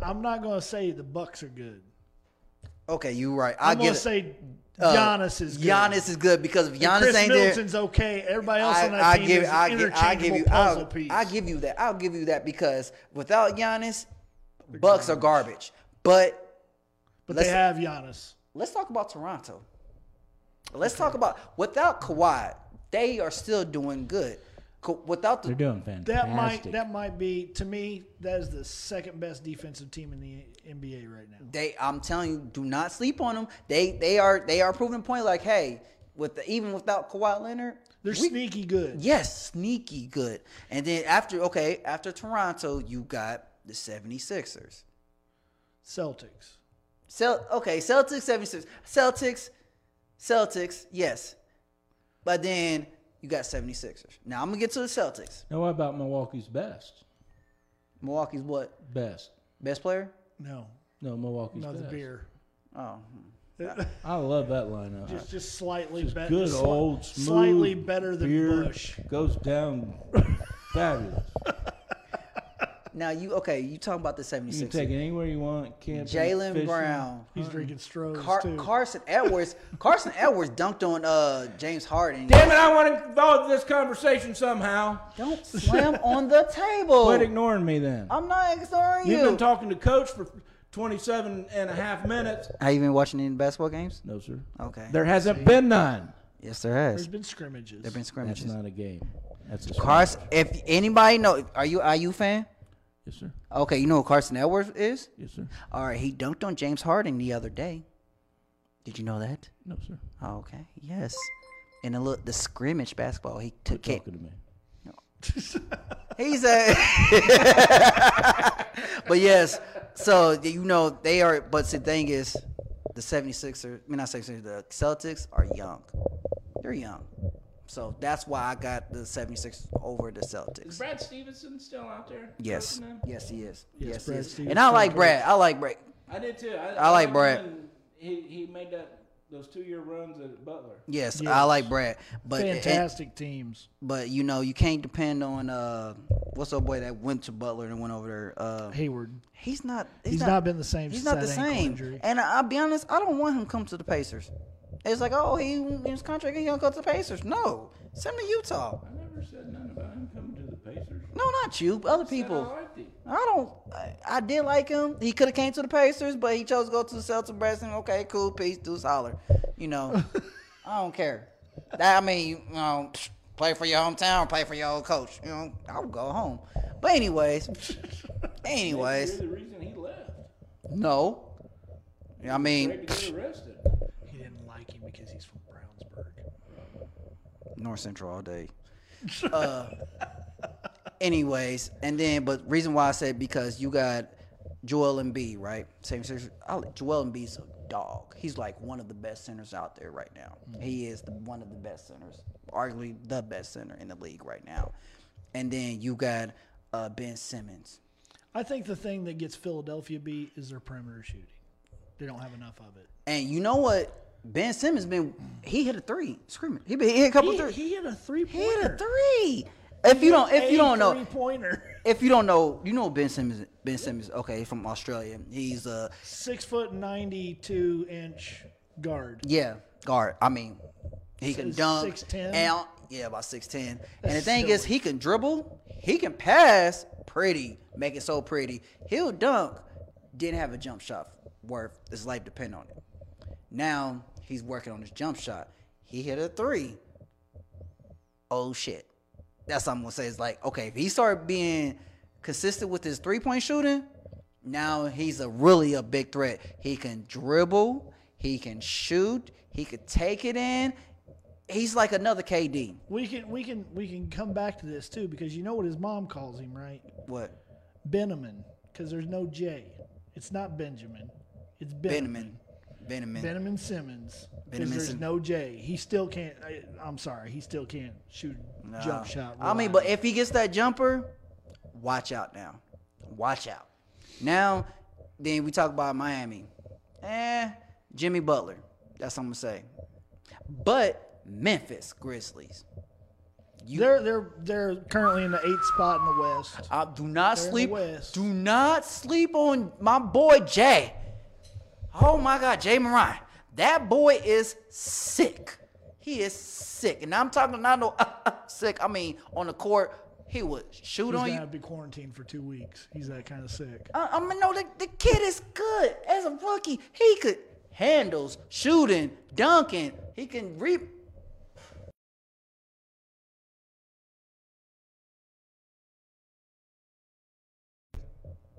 [SPEAKER 2] I'm not gonna say the Bucks are good.
[SPEAKER 3] Okay, you right. I
[SPEAKER 2] I'm
[SPEAKER 3] get
[SPEAKER 2] gonna
[SPEAKER 3] it.
[SPEAKER 2] say
[SPEAKER 3] Uh,
[SPEAKER 2] Giannis is good.
[SPEAKER 3] Giannis is good because if Giannis
[SPEAKER 2] Chris
[SPEAKER 3] ain't there,
[SPEAKER 2] Middleton's okay. Everybody else on that team is an interchangeable puzzle
[SPEAKER 3] I'll,
[SPEAKER 2] piece.
[SPEAKER 3] I give you that. I'll give you that because without Giannis, Bucks are garbage. But
[SPEAKER 2] but
[SPEAKER 3] let's-
[SPEAKER 2] they have Giannis.
[SPEAKER 3] Let's talk about Toronto. Let's talk about without Kawhi, they are still doing good. Ka- Without
[SPEAKER 4] They're
[SPEAKER 3] the
[SPEAKER 4] doing fantastic.
[SPEAKER 2] That might that might be to me that is the second best defensive team in the NBA right now.
[SPEAKER 3] they, I'm telling you, do not sleep on them. They they are they are proving a point. Like hey, with the, even without Kawhi Leonard,
[SPEAKER 2] They're sneaky good.
[SPEAKER 3] yes, sneaky good. And then after okay, after Toronto, you got the 76ers.
[SPEAKER 2] Celtics.
[SPEAKER 3] Cel- okay, Celtics 76. Celtics, Celtics, yes. But then you got 76ers. Now I'm gonna get to the Celtics.
[SPEAKER 4] Now, what about Milwaukee's best?
[SPEAKER 3] Milwaukee's what?
[SPEAKER 4] Best.
[SPEAKER 3] Best player?
[SPEAKER 2] No,
[SPEAKER 4] No, Milwaukee's
[SPEAKER 2] no, the
[SPEAKER 4] best.
[SPEAKER 2] beer.
[SPEAKER 3] Oh.
[SPEAKER 4] I love that lineup.
[SPEAKER 2] Just, just slightly better.
[SPEAKER 4] Good old smooth
[SPEAKER 2] slightly better than
[SPEAKER 4] beer
[SPEAKER 2] Bush.
[SPEAKER 4] goes down fabulous.
[SPEAKER 3] Now you okay, you talking about the
[SPEAKER 4] You can
[SPEAKER 3] 76.
[SPEAKER 4] take it anywhere you want. Camping,
[SPEAKER 3] Jalen
[SPEAKER 4] fishing.
[SPEAKER 3] Brown.
[SPEAKER 2] He's drinking Strohs
[SPEAKER 3] Car-
[SPEAKER 2] too.
[SPEAKER 3] Carson Edwards. Carson Edwards dunked on uh James Harden.
[SPEAKER 4] Damn it! I want to involve this conversation somehow.
[SPEAKER 3] Don't slam on the table.
[SPEAKER 4] Quit ignoring me then.
[SPEAKER 3] Oh. I'm not ignoring
[SPEAKER 4] You've
[SPEAKER 3] you.
[SPEAKER 4] been talking to coach for 27 and a half minutes.
[SPEAKER 3] Have you been watching any basketball games?
[SPEAKER 4] No, sir.
[SPEAKER 3] Okay.
[SPEAKER 4] There hasn't been none.
[SPEAKER 3] yes, there
[SPEAKER 2] There's
[SPEAKER 3] has.
[SPEAKER 2] been scrimmages.
[SPEAKER 3] There've been
[SPEAKER 4] That's
[SPEAKER 3] scrimmages.
[SPEAKER 4] not a game. That's a
[SPEAKER 3] Carson, if anybody know, are you a IU fan?
[SPEAKER 4] Yes, sir.
[SPEAKER 3] Okay, you know who Carson Edwards is?
[SPEAKER 4] Yes, sir.
[SPEAKER 3] All right, he dunked on James Harden the other day. Did you know that?
[SPEAKER 4] No, sir.
[SPEAKER 3] Oh, okay, yes. And the look, the scrimmage basketball, he took it.
[SPEAKER 4] Talking to me.
[SPEAKER 3] He's a. but yes, so you know they are. But the thing is, the 76ers, I mean, not 76ers, the Celtics are young. They're young. So that's why I got the 76ers over the
[SPEAKER 4] Is
[SPEAKER 3] Celtics.
[SPEAKER 4] Brad Stevenson still out there?
[SPEAKER 3] Yes.
[SPEAKER 4] coaching them?
[SPEAKER 3] Yes, he is.
[SPEAKER 2] Yes,
[SPEAKER 3] Yes,
[SPEAKER 2] Brad
[SPEAKER 3] he
[SPEAKER 2] Stevens
[SPEAKER 3] is. And I like
[SPEAKER 2] Concorde.
[SPEAKER 3] Brad. I like Brad.
[SPEAKER 4] I did too. I,
[SPEAKER 3] I like
[SPEAKER 4] him
[SPEAKER 3] Brad.
[SPEAKER 4] when He he made that those two year runs at Butler.
[SPEAKER 3] Yes, I
[SPEAKER 2] Yes.
[SPEAKER 3] like Brad. But and-
[SPEAKER 2] Fantastic teams.
[SPEAKER 3] but you know, you can't depend on uh what's up boy that went to Butler and went over there. Uh
[SPEAKER 2] Hayward.
[SPEAKER 3] he's not
[SPEAKER 2] He's not, been the same.
[SPEAKER 3] He's
[SPEAKER 2] since
[SPEAKER 3] not the
[SPEAKER 2] that ankle
[SPEAKER 3] same.
[SPEAKER 2] Injury.
[SPEAKER 3] And I- I'll be honest, I don't want him come to the Pacers. It's like, oh, he his contract, he gonna go to the Pacers. No, send him to Utah.
[SPEAKER 4] I never said nothing about him coming to the Pacers.
[SPEAKER 3] No, not you, but other
[SPEAKER 4] Said "Oh, I
[SPEAKER 3] people.
[SPEAKER 4] liked him.
[SPEAKER 3] I don't. I, I did like him. He could have came to the Pacers, but he chose to go to the Celtics. Braxton, okay, cool, peace, deuce, holler. You know, I don't care. That I mean, you know, psh, play for your hometown, play for your old coach. You know, I'll go home. But anyways,
[SPEAKER 4] You're
[SPEAKER 3] anyways,
[SPEAKER 4] the reason he left.
[SPEAKER 3] no. I mean,
[SPEAKER 4] Afraid to get arrested.
[SPEAKER 2] He didn't like him because he's from Brownsburg.
[SPEAKER 3] North Central all day. uh, anyways, and then but reason why I said because you got Joel Embiid, right? Same I like Joel Embiid's a dog. He's like one of the best centers out there right now. He is the, one of the best centers, arguably the best center in the league right now. And then you got uh, Ben Simmons.
[SPEAKER 2] I think the thing that gets Philadelphia beat is their perimeter shooting. They don't have enough of it.
[SPEAKER 3] And you know what? Ben Simmons been he hit a three, screaming. He, been, he hit a couple
[SPEAKER 2] He,
[SPEAKER 3] three.
[SPEAKER 2] he hit a three
[SPEAKER 3] He hit a
[SPEAKER 2] pointer.
[SPEAKER 3] three. If you don't, if you don't know,
[SPEAKER 2] three pointer.
[SPEAKER 3] If you don't know, you know Ben Simmons. Ben Simmons, okay, he's from Australia. He's a
[SPEAKER 2] Six foot ninety two inch guard.
[SPEAKER 3] yeah guard. I mean, he can
[SPEAKER 2] He's
[SPEAKER 3] dunk.
[SPEAKER 2] 6'10"?
[SPEAKER 3] and- yeah, about six ten. And the
[SPEAKER 2] That's
[SPEAKER 3] thing is,
[SPEAKER 2] silly.
[SPEAKER 3] he can dribble. He can pass. Pretty, make it so pretty. He'll dunk. Didn't have a jump shot worth his life depend on it. Now he's working on his jump shot. He hit a three. Oh shit. That's what I'm gonna say. It's like, okay, if he started being consistent with his three point shooting, now he's a really a big threat. He can dribble, he can shoot, he could take it in. He's like another KD.
[SPEAKER 2] We can we can we can come back to this too because you know what his mom calls him, right?
[SPEAKER 3] What?
[SPEAKER 2] Benjamin, because there's no J. It's not Benjamin. It's Benjamin.
[SPEAKER 3] Benjamin. Benjamin.
[SPEAKER 2] Benjamin Simmons. Because
[SPEAKER 3] Benjamin
[SPEAKER 2] there's
[SPEAKER 3] Sim-
[SPEAKER 2] no J. He still can't. I, I'm sorry. He still can't shoot
[SPEAKER 3] Nah.
[SPEAKER 2] jump shot.
[SPEAKER 3] I mean, but if he gets that jumper, watch out now. Watch out. Now, then we talk about Miami. Eh, Jimmy Butler. That's what I'm gonna say. But Memphis Grizzlies. You
[SPEAKER 2] they're they're they're currently in the eighth spot in the West.
[SPEAKER 3] I do not
[SPEAKER 2] They're in the
[SPEAKER 3] sleep.
[SPEAKER 2] West.
[SPEAKER 3] Do not sleep on my boy Jay. Oh my God, Jay Moran. That boy is sick. He is sick, and I'm talking not no sick. I mean, on the court, he would shoot
[SPEAKER 2] He's
[SPEAKER 3] on
[SPEAKER 2] gonna
[SPEAKER 3] you.
[SPEAKER 2] have to be quarantined for two weeks. He's that kind of sick.
[SPEAKER 3] I, I mean, no, the, the kid is good as a rookie. He could handles shooting, dunking. He can re.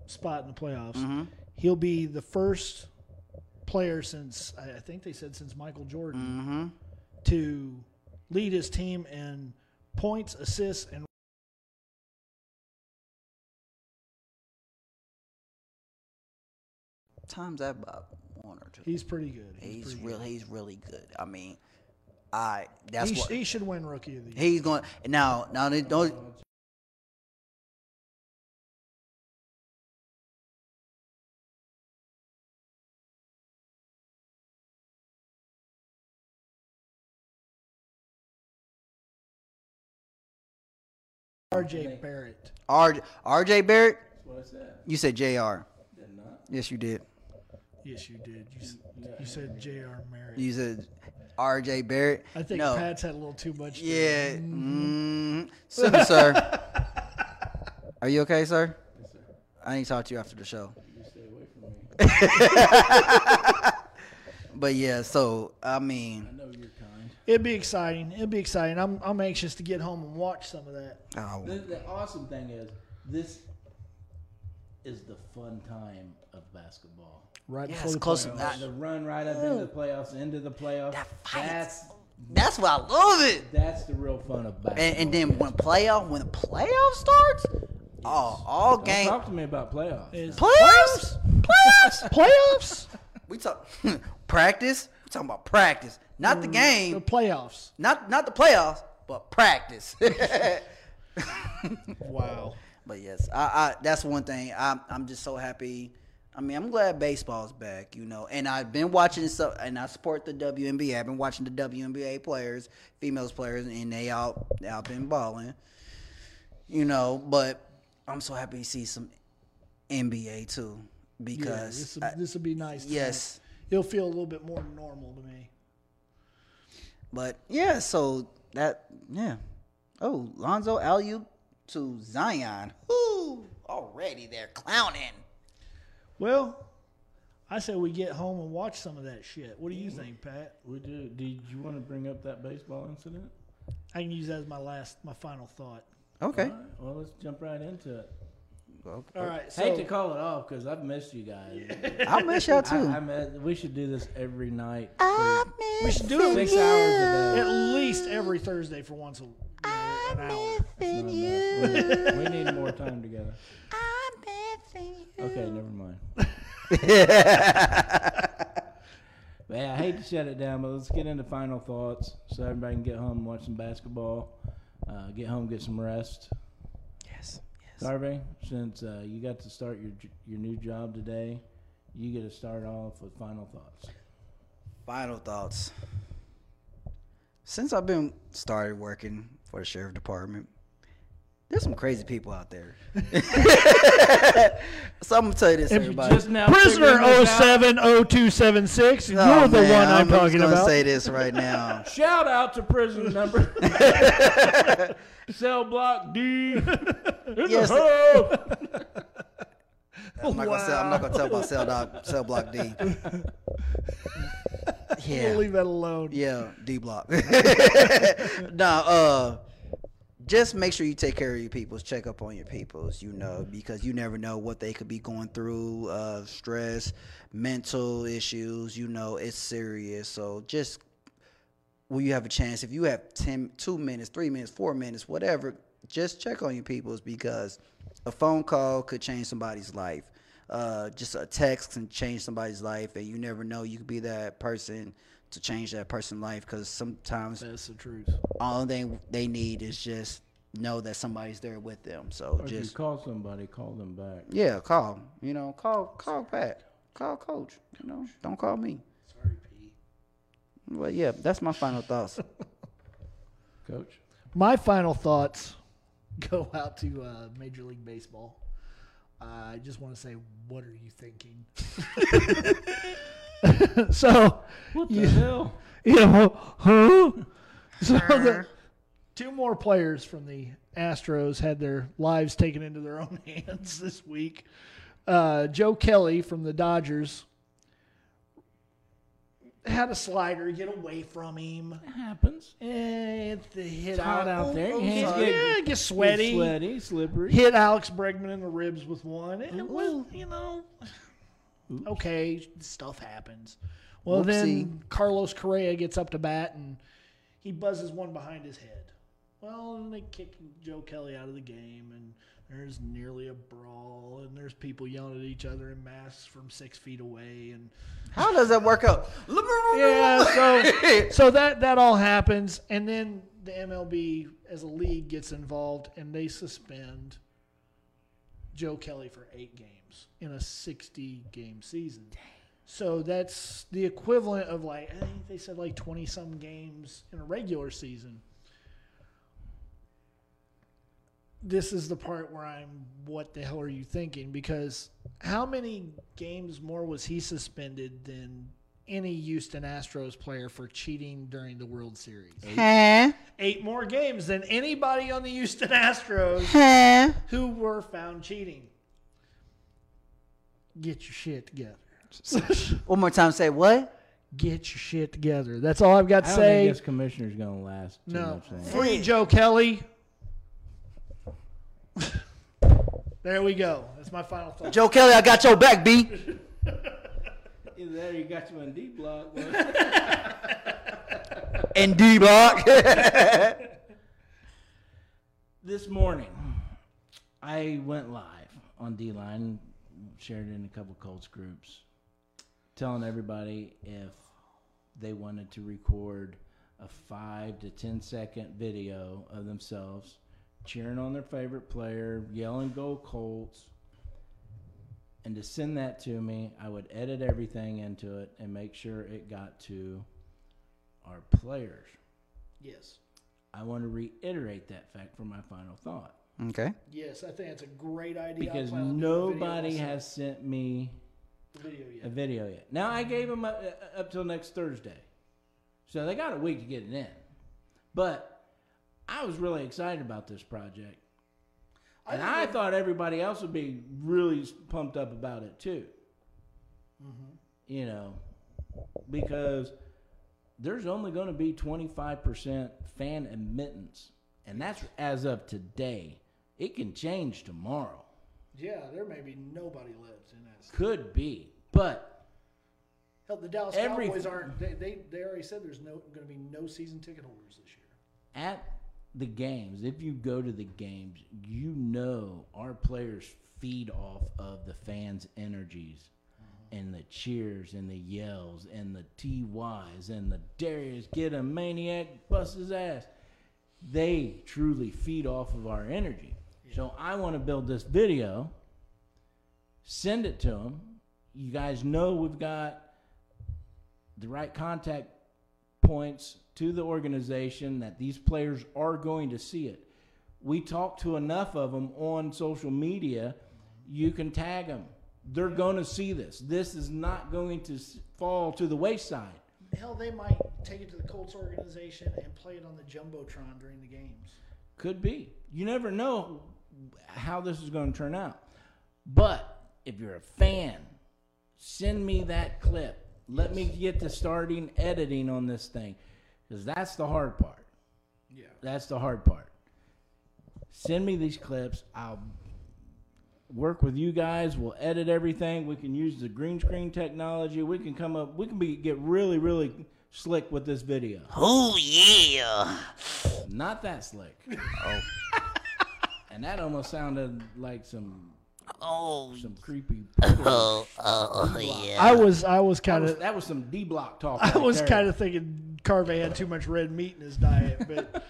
[SPEAKER 2] Spot in the playoffs.
[SPEAKER 3] Mm-hmm.
[SPEAKER 2] He'll be the first player since I I think they said since Michael Jordan
[SPEAKER 3] Mm-hmm.
[SPEAKER 2] to lead his team in points, assists, and
[SPEAKER 3] Times that about one or two.
[SPEAKER 2] he's pretty good.
[SPEAKER 3] He's,
[SPEAKER 2] pretty good.
[SPEAKER 3] really, he's really good. I mean, I. That's
[SPEAKER 2] he, sh-
[SPEAKER 3] what
[SPEAKER 2] he should win rookie of the year.
[SPEAKER 3] He's going now. Now they don't.
[SPEAKER 2] RJ Barrett.
[SPEAKER 3] R, RJ Barrett.
[SPEAKER 4] That's what I said.
[SPEAKER 3] You said Jr.
[SPEAKER 4] Did not.
[SPEAKER 3] Yes, you did.
[SPEAKER 2] Yes, you did. You, s- you said J.R. Merritt.
[SPEAKER 3] You said RJ Barrett.
[SPEAKER 2] I think
[SPEAKER 3] no.
[SPEAKER 2] Pat's had a little too much. to-
[SPEAKER 3] Yeah. Mm, Simple, sir. Are you okay, sir? I need to talk to you after the show.
[SPEAKER 4] You stay away from me.
[SPEAKER 3] But yeah, so I mean,
[SPEAKER 4] I know you're kind.
[SPEAKER 2] It'd be exciting. It'd be exciting. I'm, I'm anxious to get home and watch some of that.
[SPEAKER 3] oh,
[SPEAKER 4] The, the awesome thing is this is the fun time of basketball.
[SPEAKER 2] Right
[SPEAKER 3] Yeah,
[SPEAKER 2] before
[SPEAKER 3] it's
[SPEAKER 2] the
[SPEAKER 3] close
[SPEAKER 2] playoffs.
[SPEAKER 3] enough.
[SPEAKER 4] The run right up into the playoffs, into the playoffs.
[SPEAKER 3] That fight.
[SPEAKER 4] That's
[SPEAKER 3] that's why I love it.
[SPEAKER 4] that's the real fun of basketball.
[SPEAKER 3] And, and then when playoff, when the playoff starts, oh, all
[SPEAKER 4] Don't
[SPEAKER 3] game
[SPEAKER 4] talk to me about playoffs.
[SPEAKER 2] It's
[SPEAKER 3] playoffs, playoffs.
[SPEAKER 2] playoffs.
[SPEAKER 3] We talk Mm. practice. We talking about practice, not the
[SPEAKER 2] The
[SPEAKER 3] game,
[SPEAKER 2] playoffs.
[SPEAKER 3] not not the playoffs. but practice.
[SPEAKER 2] Wow.
[SPEAKER 3] But yes, I, I that's one thing. I'm I'm just so happy. I mean, I'm glad baseball's back, you know. And I've been watching so, and I support the WNBA. I've been watching the WNBA players, females players, and they out they out been balling, you know. But I'm so happy to see some NBA too
[SPEAKER 2] Yeah,
[SPEAKER 3] because
[SPEAKER 2] this will- this would be nice.
[SPEAKER 3] I-
[SPEAKER 2] to me.
[SPEAKER 3] yes,
[SPEAKER 2] It'll feel a little bit more normal to me.
[SPEAKER 3] but yeah. So that yeah. Oh, Lonzo Alu to Zion. Ooh, already they're clowning.
[SPEAKER 2] Well, I say we get home and watch some of that shit. What do you think, Pat?
[SPEAKER 4] We do. Did you want to bring up that baseball incident?
[SPEAKER 2] I can use that as my last, my final thought.
[SPEAKER 3] Okay.
[SPEAKER 4] All right, well, let's jump right into it.
[SPEAKER 3] Well,
[SPEAKER 2] All right. So,
[SPEAKER 4] Hate to call it off because I've missed you guys.
[SPEAKER 3] I miss y'all
[SPEAKER 4] I,
[SPEAKER 3] too.
[SPEAKER 4] I miss, we should do this every night. for
[SPEAKER 2] we should do it
[SPEAKER 4] six
[SPEAKER 2] at
[SPEAKER 4] hours a day.
[SPEAKER 2] at least every Thursday for once a, you know, an hour.
[SPEAKER 4] Not enough. We, we need more time together. Okay, never mind. Man, I hate to shut it down, but let's get into final thoughts so everybody can get home and watch some basketball, uh, get home, get some rest.
[SPEAKER 3] Yes. Yes.
[SPEAKER 4] Darby, since uh, you got to start your j- your new job today, you get to start off with final thoughts.
[SPEAKER 3] Final thoughts. Since I've been started working for the sheriff department, there's some crazy people out there. so I'm gonna tell you this, everybody.
[SPEAKER 4] Just now,
[SPEAKER 2] Prisoner
[SPEAKER 4] figuring this out,
[SPEAKER 2] 070276. You're
[SPEAKER 3] Oh,
[SPEAKER 2] the
[SPEAKER 3] man,
[SPEAKER 2] one I'm,
[SPEAKER 3] just
[SPEAKER 2] talking
[SPEAKER 3] gonna
[SPEAKER 2] about.
[SPEAKER 3] Say this right now.
[SPEAKER 4] Shout out to prison number cell block D. It's
[SPEAKER 3] Yes.
[SPEAKER 4] a hoe.
[SPEAKER 3] I'm not gonna sell. I'm not gonna tell about cell doc, cell block D. Yeah.
[SPEAKER 2] We'll leave that alone.
[SPEAKER 3] Yeah, D block. nah, uh just make sure you take care of your peoples, check up on your peoples, you know, because you never know what they could be going through, uh stress, mental issues, you know, it's serious. So just when you have a chance, if you have 10, 2 minutes, 3 minutes, 4 minutes, whatever, just check on your peoples because a phone call could change somebody's life. Uh, just a text can change somebody's life, and you never know. You could be that person to change that person's life because sometimes
[SPEAKER 2] That's the truth.
[SPEAKER 3] all they they need is just know that somebody's there with them. So
[SPEAKER 4] Or if you
[SPEAKER 3] just
[SPEAKER 4] call somebody, call them back.
[SPEAKER 3] yeah, call you know call call Pat, call Coach. You know, don't call me.
[SPEAKER 2] Sorry, P.
[SPEAKER 3] But yeah, that's my final thoughts.
[SPEAKER 4] Coach,
[SPEAKER 2] My final thoughts go out to uh, Major League Baseball. I just want to say, what are you thinking? so,
[SPEAKER 4] what the hell?
[SPEAKER 2] you know, huh? So the, two more players from the Astros had their lives taken into their own hands this week. Uh, Joe Kelly from the Dodgers had a slider get away from him.
[SPEAKER 4] It happens.
[SPEAKER 2] Eh, It's the hit
[SPEAKER 4] It's hot
[SPEAKER 2] out.
[SPEAKER 4] out there. Your
[SPEAKER 3] oh,
[SPEAKER 4] hands
[SPEAKER 3] sorry.
[SPEAKER 4] get
[SPEAKER 2] Yeah, it gets sweaty.
[SPEAKER 4] sweaty, slippery.
[SPEAKER 2] Hit Alex Bregman in the ribs with one. It was, you know, okay, stuff happens. Well, then Carlos Correa gets up to bat and he buzzes one behind his head. Well, and they kick Joe Kelly out of the game, and there's nearly a brawl, and there's people yelling at each other in masks from six feet away, and
[SPEAKER 3] How does that work out?
[SPEAKER 2] yeah, so so that that all happens, and then the MLB as a league gets involved, and they suspend Joe Kelly for eight games in a sixty-game season. So that's the equivalent of like I think they said like twenty-some games in a regular season. This is the part where I'm, what the hell are you thinking? Because how many games more was he suspended than any Houston Astros player for cheating during the World Series.
[SPEAKER 3] Huh?
[SPEAKER 2] Eight more games than anybody on the Houston Astros
[SPEAKER 3] Huh?
[SPEAKER 2] who were found cheating. Get your shit together.
[SPEAKER 3] One more time. Say what?
[SPEAKER 2] Get your shit together. That's all I've
[SPEAKER 4] I
[SPEAKER 2] got to
[SPEAKER 4] don't think
[SPEAKER 2] say.
[SPEAKER 4] this commissioner's gonna last too
[SPEAKER 2] No.
[SPEAKER 4] much longer.
[SPEAKER 2] Free Joe Kelly. there we go. That's my final thought.
[SPEAKER 3] Joe Kelly, I got your back, B.
[SPEAKER 4] Either that or you got you in D block.
[SPEAKER 3] And D block.
[SPEAKER 4] this morning, I went live on D Line, shared it in a couple Colts groups, telling everybody if they wanted to record
[SPEAKER 5] a five to ten second video of themselves cheering on their favorite player, yelling "Go Colts," and to send that to me, I would edit everything into it and make sure it got to our players.
[SPEAKER 2] Yes.
[SPEAKER 5] I want to reiterate that fact for my final thought
[SPEAKER 3] Okay.
[SPEAKER 2] Yes, I think that's a great idea. I
[SPEAKER 5] because
[SPEAKER 2] plan on doing a video
[SPEAKER 5] nobody
[SPEAKER 2] myself.
[SPEAKER 5] has sent me
[SPEAKER 2] The video
[SPEAKER 5] a
[SPEAKER 2] yet.
[SPEAKER 5] video yet. Now I gave them up, up till next Thursday, so they got a week to get it in. But I was really excited about this project, and
[SPEAKER 2] think
[SPEAKER 5] I, thought everybody else would be really pumped up about it too. You know, because there's only going to be 25% fan admittance, and that's as of today. It can change tomorrow.
[SPEAKER 2] Yeah, there may be nobody left in that.
[SPEAKER 5] Could be, but
[SPEAKER 2] Hell, the Dallas
[SPEAKER 5] Every-
[SPEAKER 2] Cowboys aren't. They, they they already said there's no going to be no season ticket holders this year.
[SPEAKER 5] at the games, if you go to the games, you know our players feed off of the fans' energies and the cheers and the yells and the TYs and the Darius get a maniac, bust his ass. They truly feed off of our energy. So I want to build this video, send it to them. You guys know we've got the right contact points to the organization that these players are going to see it. We talk to enough of them on social media. You can tag them. They're going to see this. This is not going to s- fall to the wayside.
[SPEAKER 2] Hell, they might take it to the Colts organization and play it on the jumbotron during the games.
[SPEAKER 5] Could be. You never know how this is going to turn out. But if you're a fan, send me that clip. Let me get to starting editing on this thing because that's the hard part.
[SPEAKER 2] Yeah.
[SPEAKER 5] That's the hard part. Send me these clips. I'll work with you guys. We'll edit everything. We can use the green screen technology. We can come up. We can be get really really slick with this video.
[SPEAKER 3] Oh yeah.
[SPEAKER 5] Not that slick. and that almost sounded like some
[SPEAKER 3] Oh.
[SPEAKER 5] some creepy.
[SPEAKER 3] Oh, oh yeah.
[SPEAKER 2] I was I was
[SPEAKER 5] That
[SPEAKER 2] kind
[SPEAKER 5] was,
[SPEAKER 2] of
[SPEAKER 5] that was some D block talk.
[SPEAKER 2] I
[SPEAKER 5] right
[SPEAKER 3] Oh.
[SPEAKER 2] was
[SPEAKER 5] there.
[SPEAKER 2] kind of thinking Carve had too much red meat in his diet, but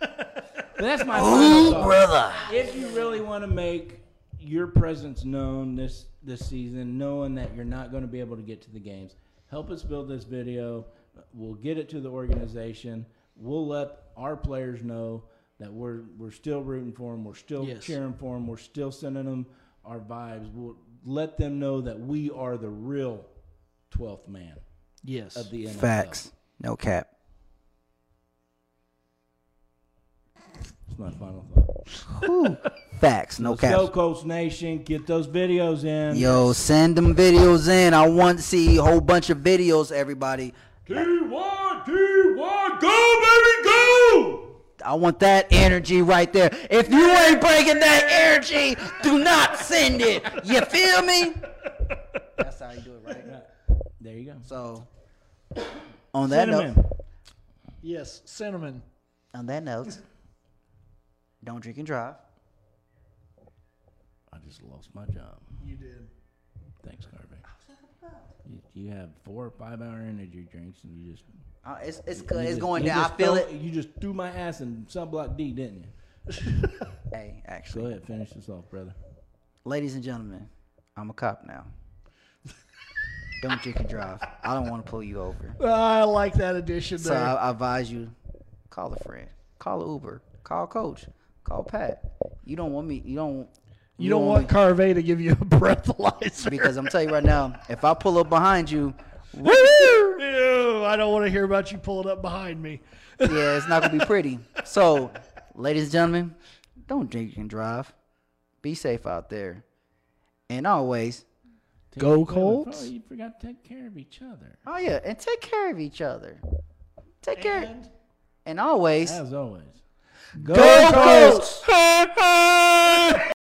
[SPEAKER 5] But That's my final
[SPEAKER 3] Oh.
[SPEAKER 5] thought.
[SPEAKER 3] brother.
[SPEAKER 5] if you really want to make your presence known this this season, knowing that you're not going to be able to get to the games, help us build this video. We'll get it to the organization. We'll let our players know that we're we're still rooting for them. We're still
[SPEAKER 2] Yes.
[SPEAKER 5] cheering for them. We're still sending them our vibes. We'll let them know that we are the real twelfth man
[SPEAKER 2] yes,
[SPEAKER 5] of the NFL.
[SPEAKER 3] Facts. No cap.
[SPEAKER 5] That's my final thought.
[SPEAKER 3] Facts. No
[SPEAKER 5] Okay. Go
[SPEAKER 3] cap.
[SPEAKER 5] Colts Nation, get those videos in.
[SPEAKER 3] Yo, send them videos in. I want to see a whole bunch of videos, everybody.
[SPEAKER 5] Two, one, two, one, go, baby, go!
[SPEAKER 3] I want that energy right there. If you ain't breaking that energy, do not send it. You feel me? That's how you do it, right?
[SPEAKER 5] There you go.
[SPEAKER 3] So, on that
[SPEAKER 5] Cinnamon.
[SPEAKER 3] note,
[SPEAKER 2] yes, cinnamon.
[SPEAKER 3] on that note, don't drink and drive.
[SPEAKER 5] I just lost my job.
[SPEAKER 2] You did.
[SPEAKER 5] Thanks, Carvey. You, you have four or five hour energy drinks, and you just
[SPEAKER 3] Uh, it's it's,
[SPEAKER 5] you
[SPEAKER 3] it's
[SPEAKER 5] just-
[SPEAKER 3] going
[SPEAKER 5] you
[SPEAKER 3] down. I
[SPEAKER 5] just
[SPEAKER 3] feel
[SPEAKER 5] throw-
[SPEAKER 3] it.
[SPEAKER 5] You just threw my ass in subblock D, didn't you?
[SPEAKER 3] Hey,
[SPEAKER 5] Go
[SPEAKER 3] actually,
[SPEAKER 5] ahead, finish this off, brother.
[SPEAKER 3] ladies and gentlemen, I'm a cop now. don't drink and drive. I don't want to pull you over.
[SPEAKER 2] I like that addition
[SPEAKER 3] So
[SPEAKER 2] there.
[SPEAKER 3] I, I advise you, call a friend, call a Uber, call Coach, call Pat. You don't want me. You don't.
[SPEAKER 2] you don't
[SPEAKER 3] me-
[SPEAKER 2] want Carve to give you a breathalyzer
[SPEAKER 3] because I'm telling you right now, if I pull up behind you, woo,
[SPEAKER 2] Ew, I don't want to hear about you pulling up behind me.
[SPEAKER 3] yeah, it's not gonna be pretty. So, ladies and gentlemen, don't drink and drive. Be safe out there, and always,
[SPEAKER 5] Take
[SPEAKER 2] Go
[SPEAKER 5] care of-
[SPEAKER 2] Colts.
[SPEAKER 5] Oh, you forgot to take care of each other.
[SPEAKER 3] oh yeah, and take care of each other. Take care, and always.
[SPEAKER 5] As always.
[SPEAKER 3] Go Colts!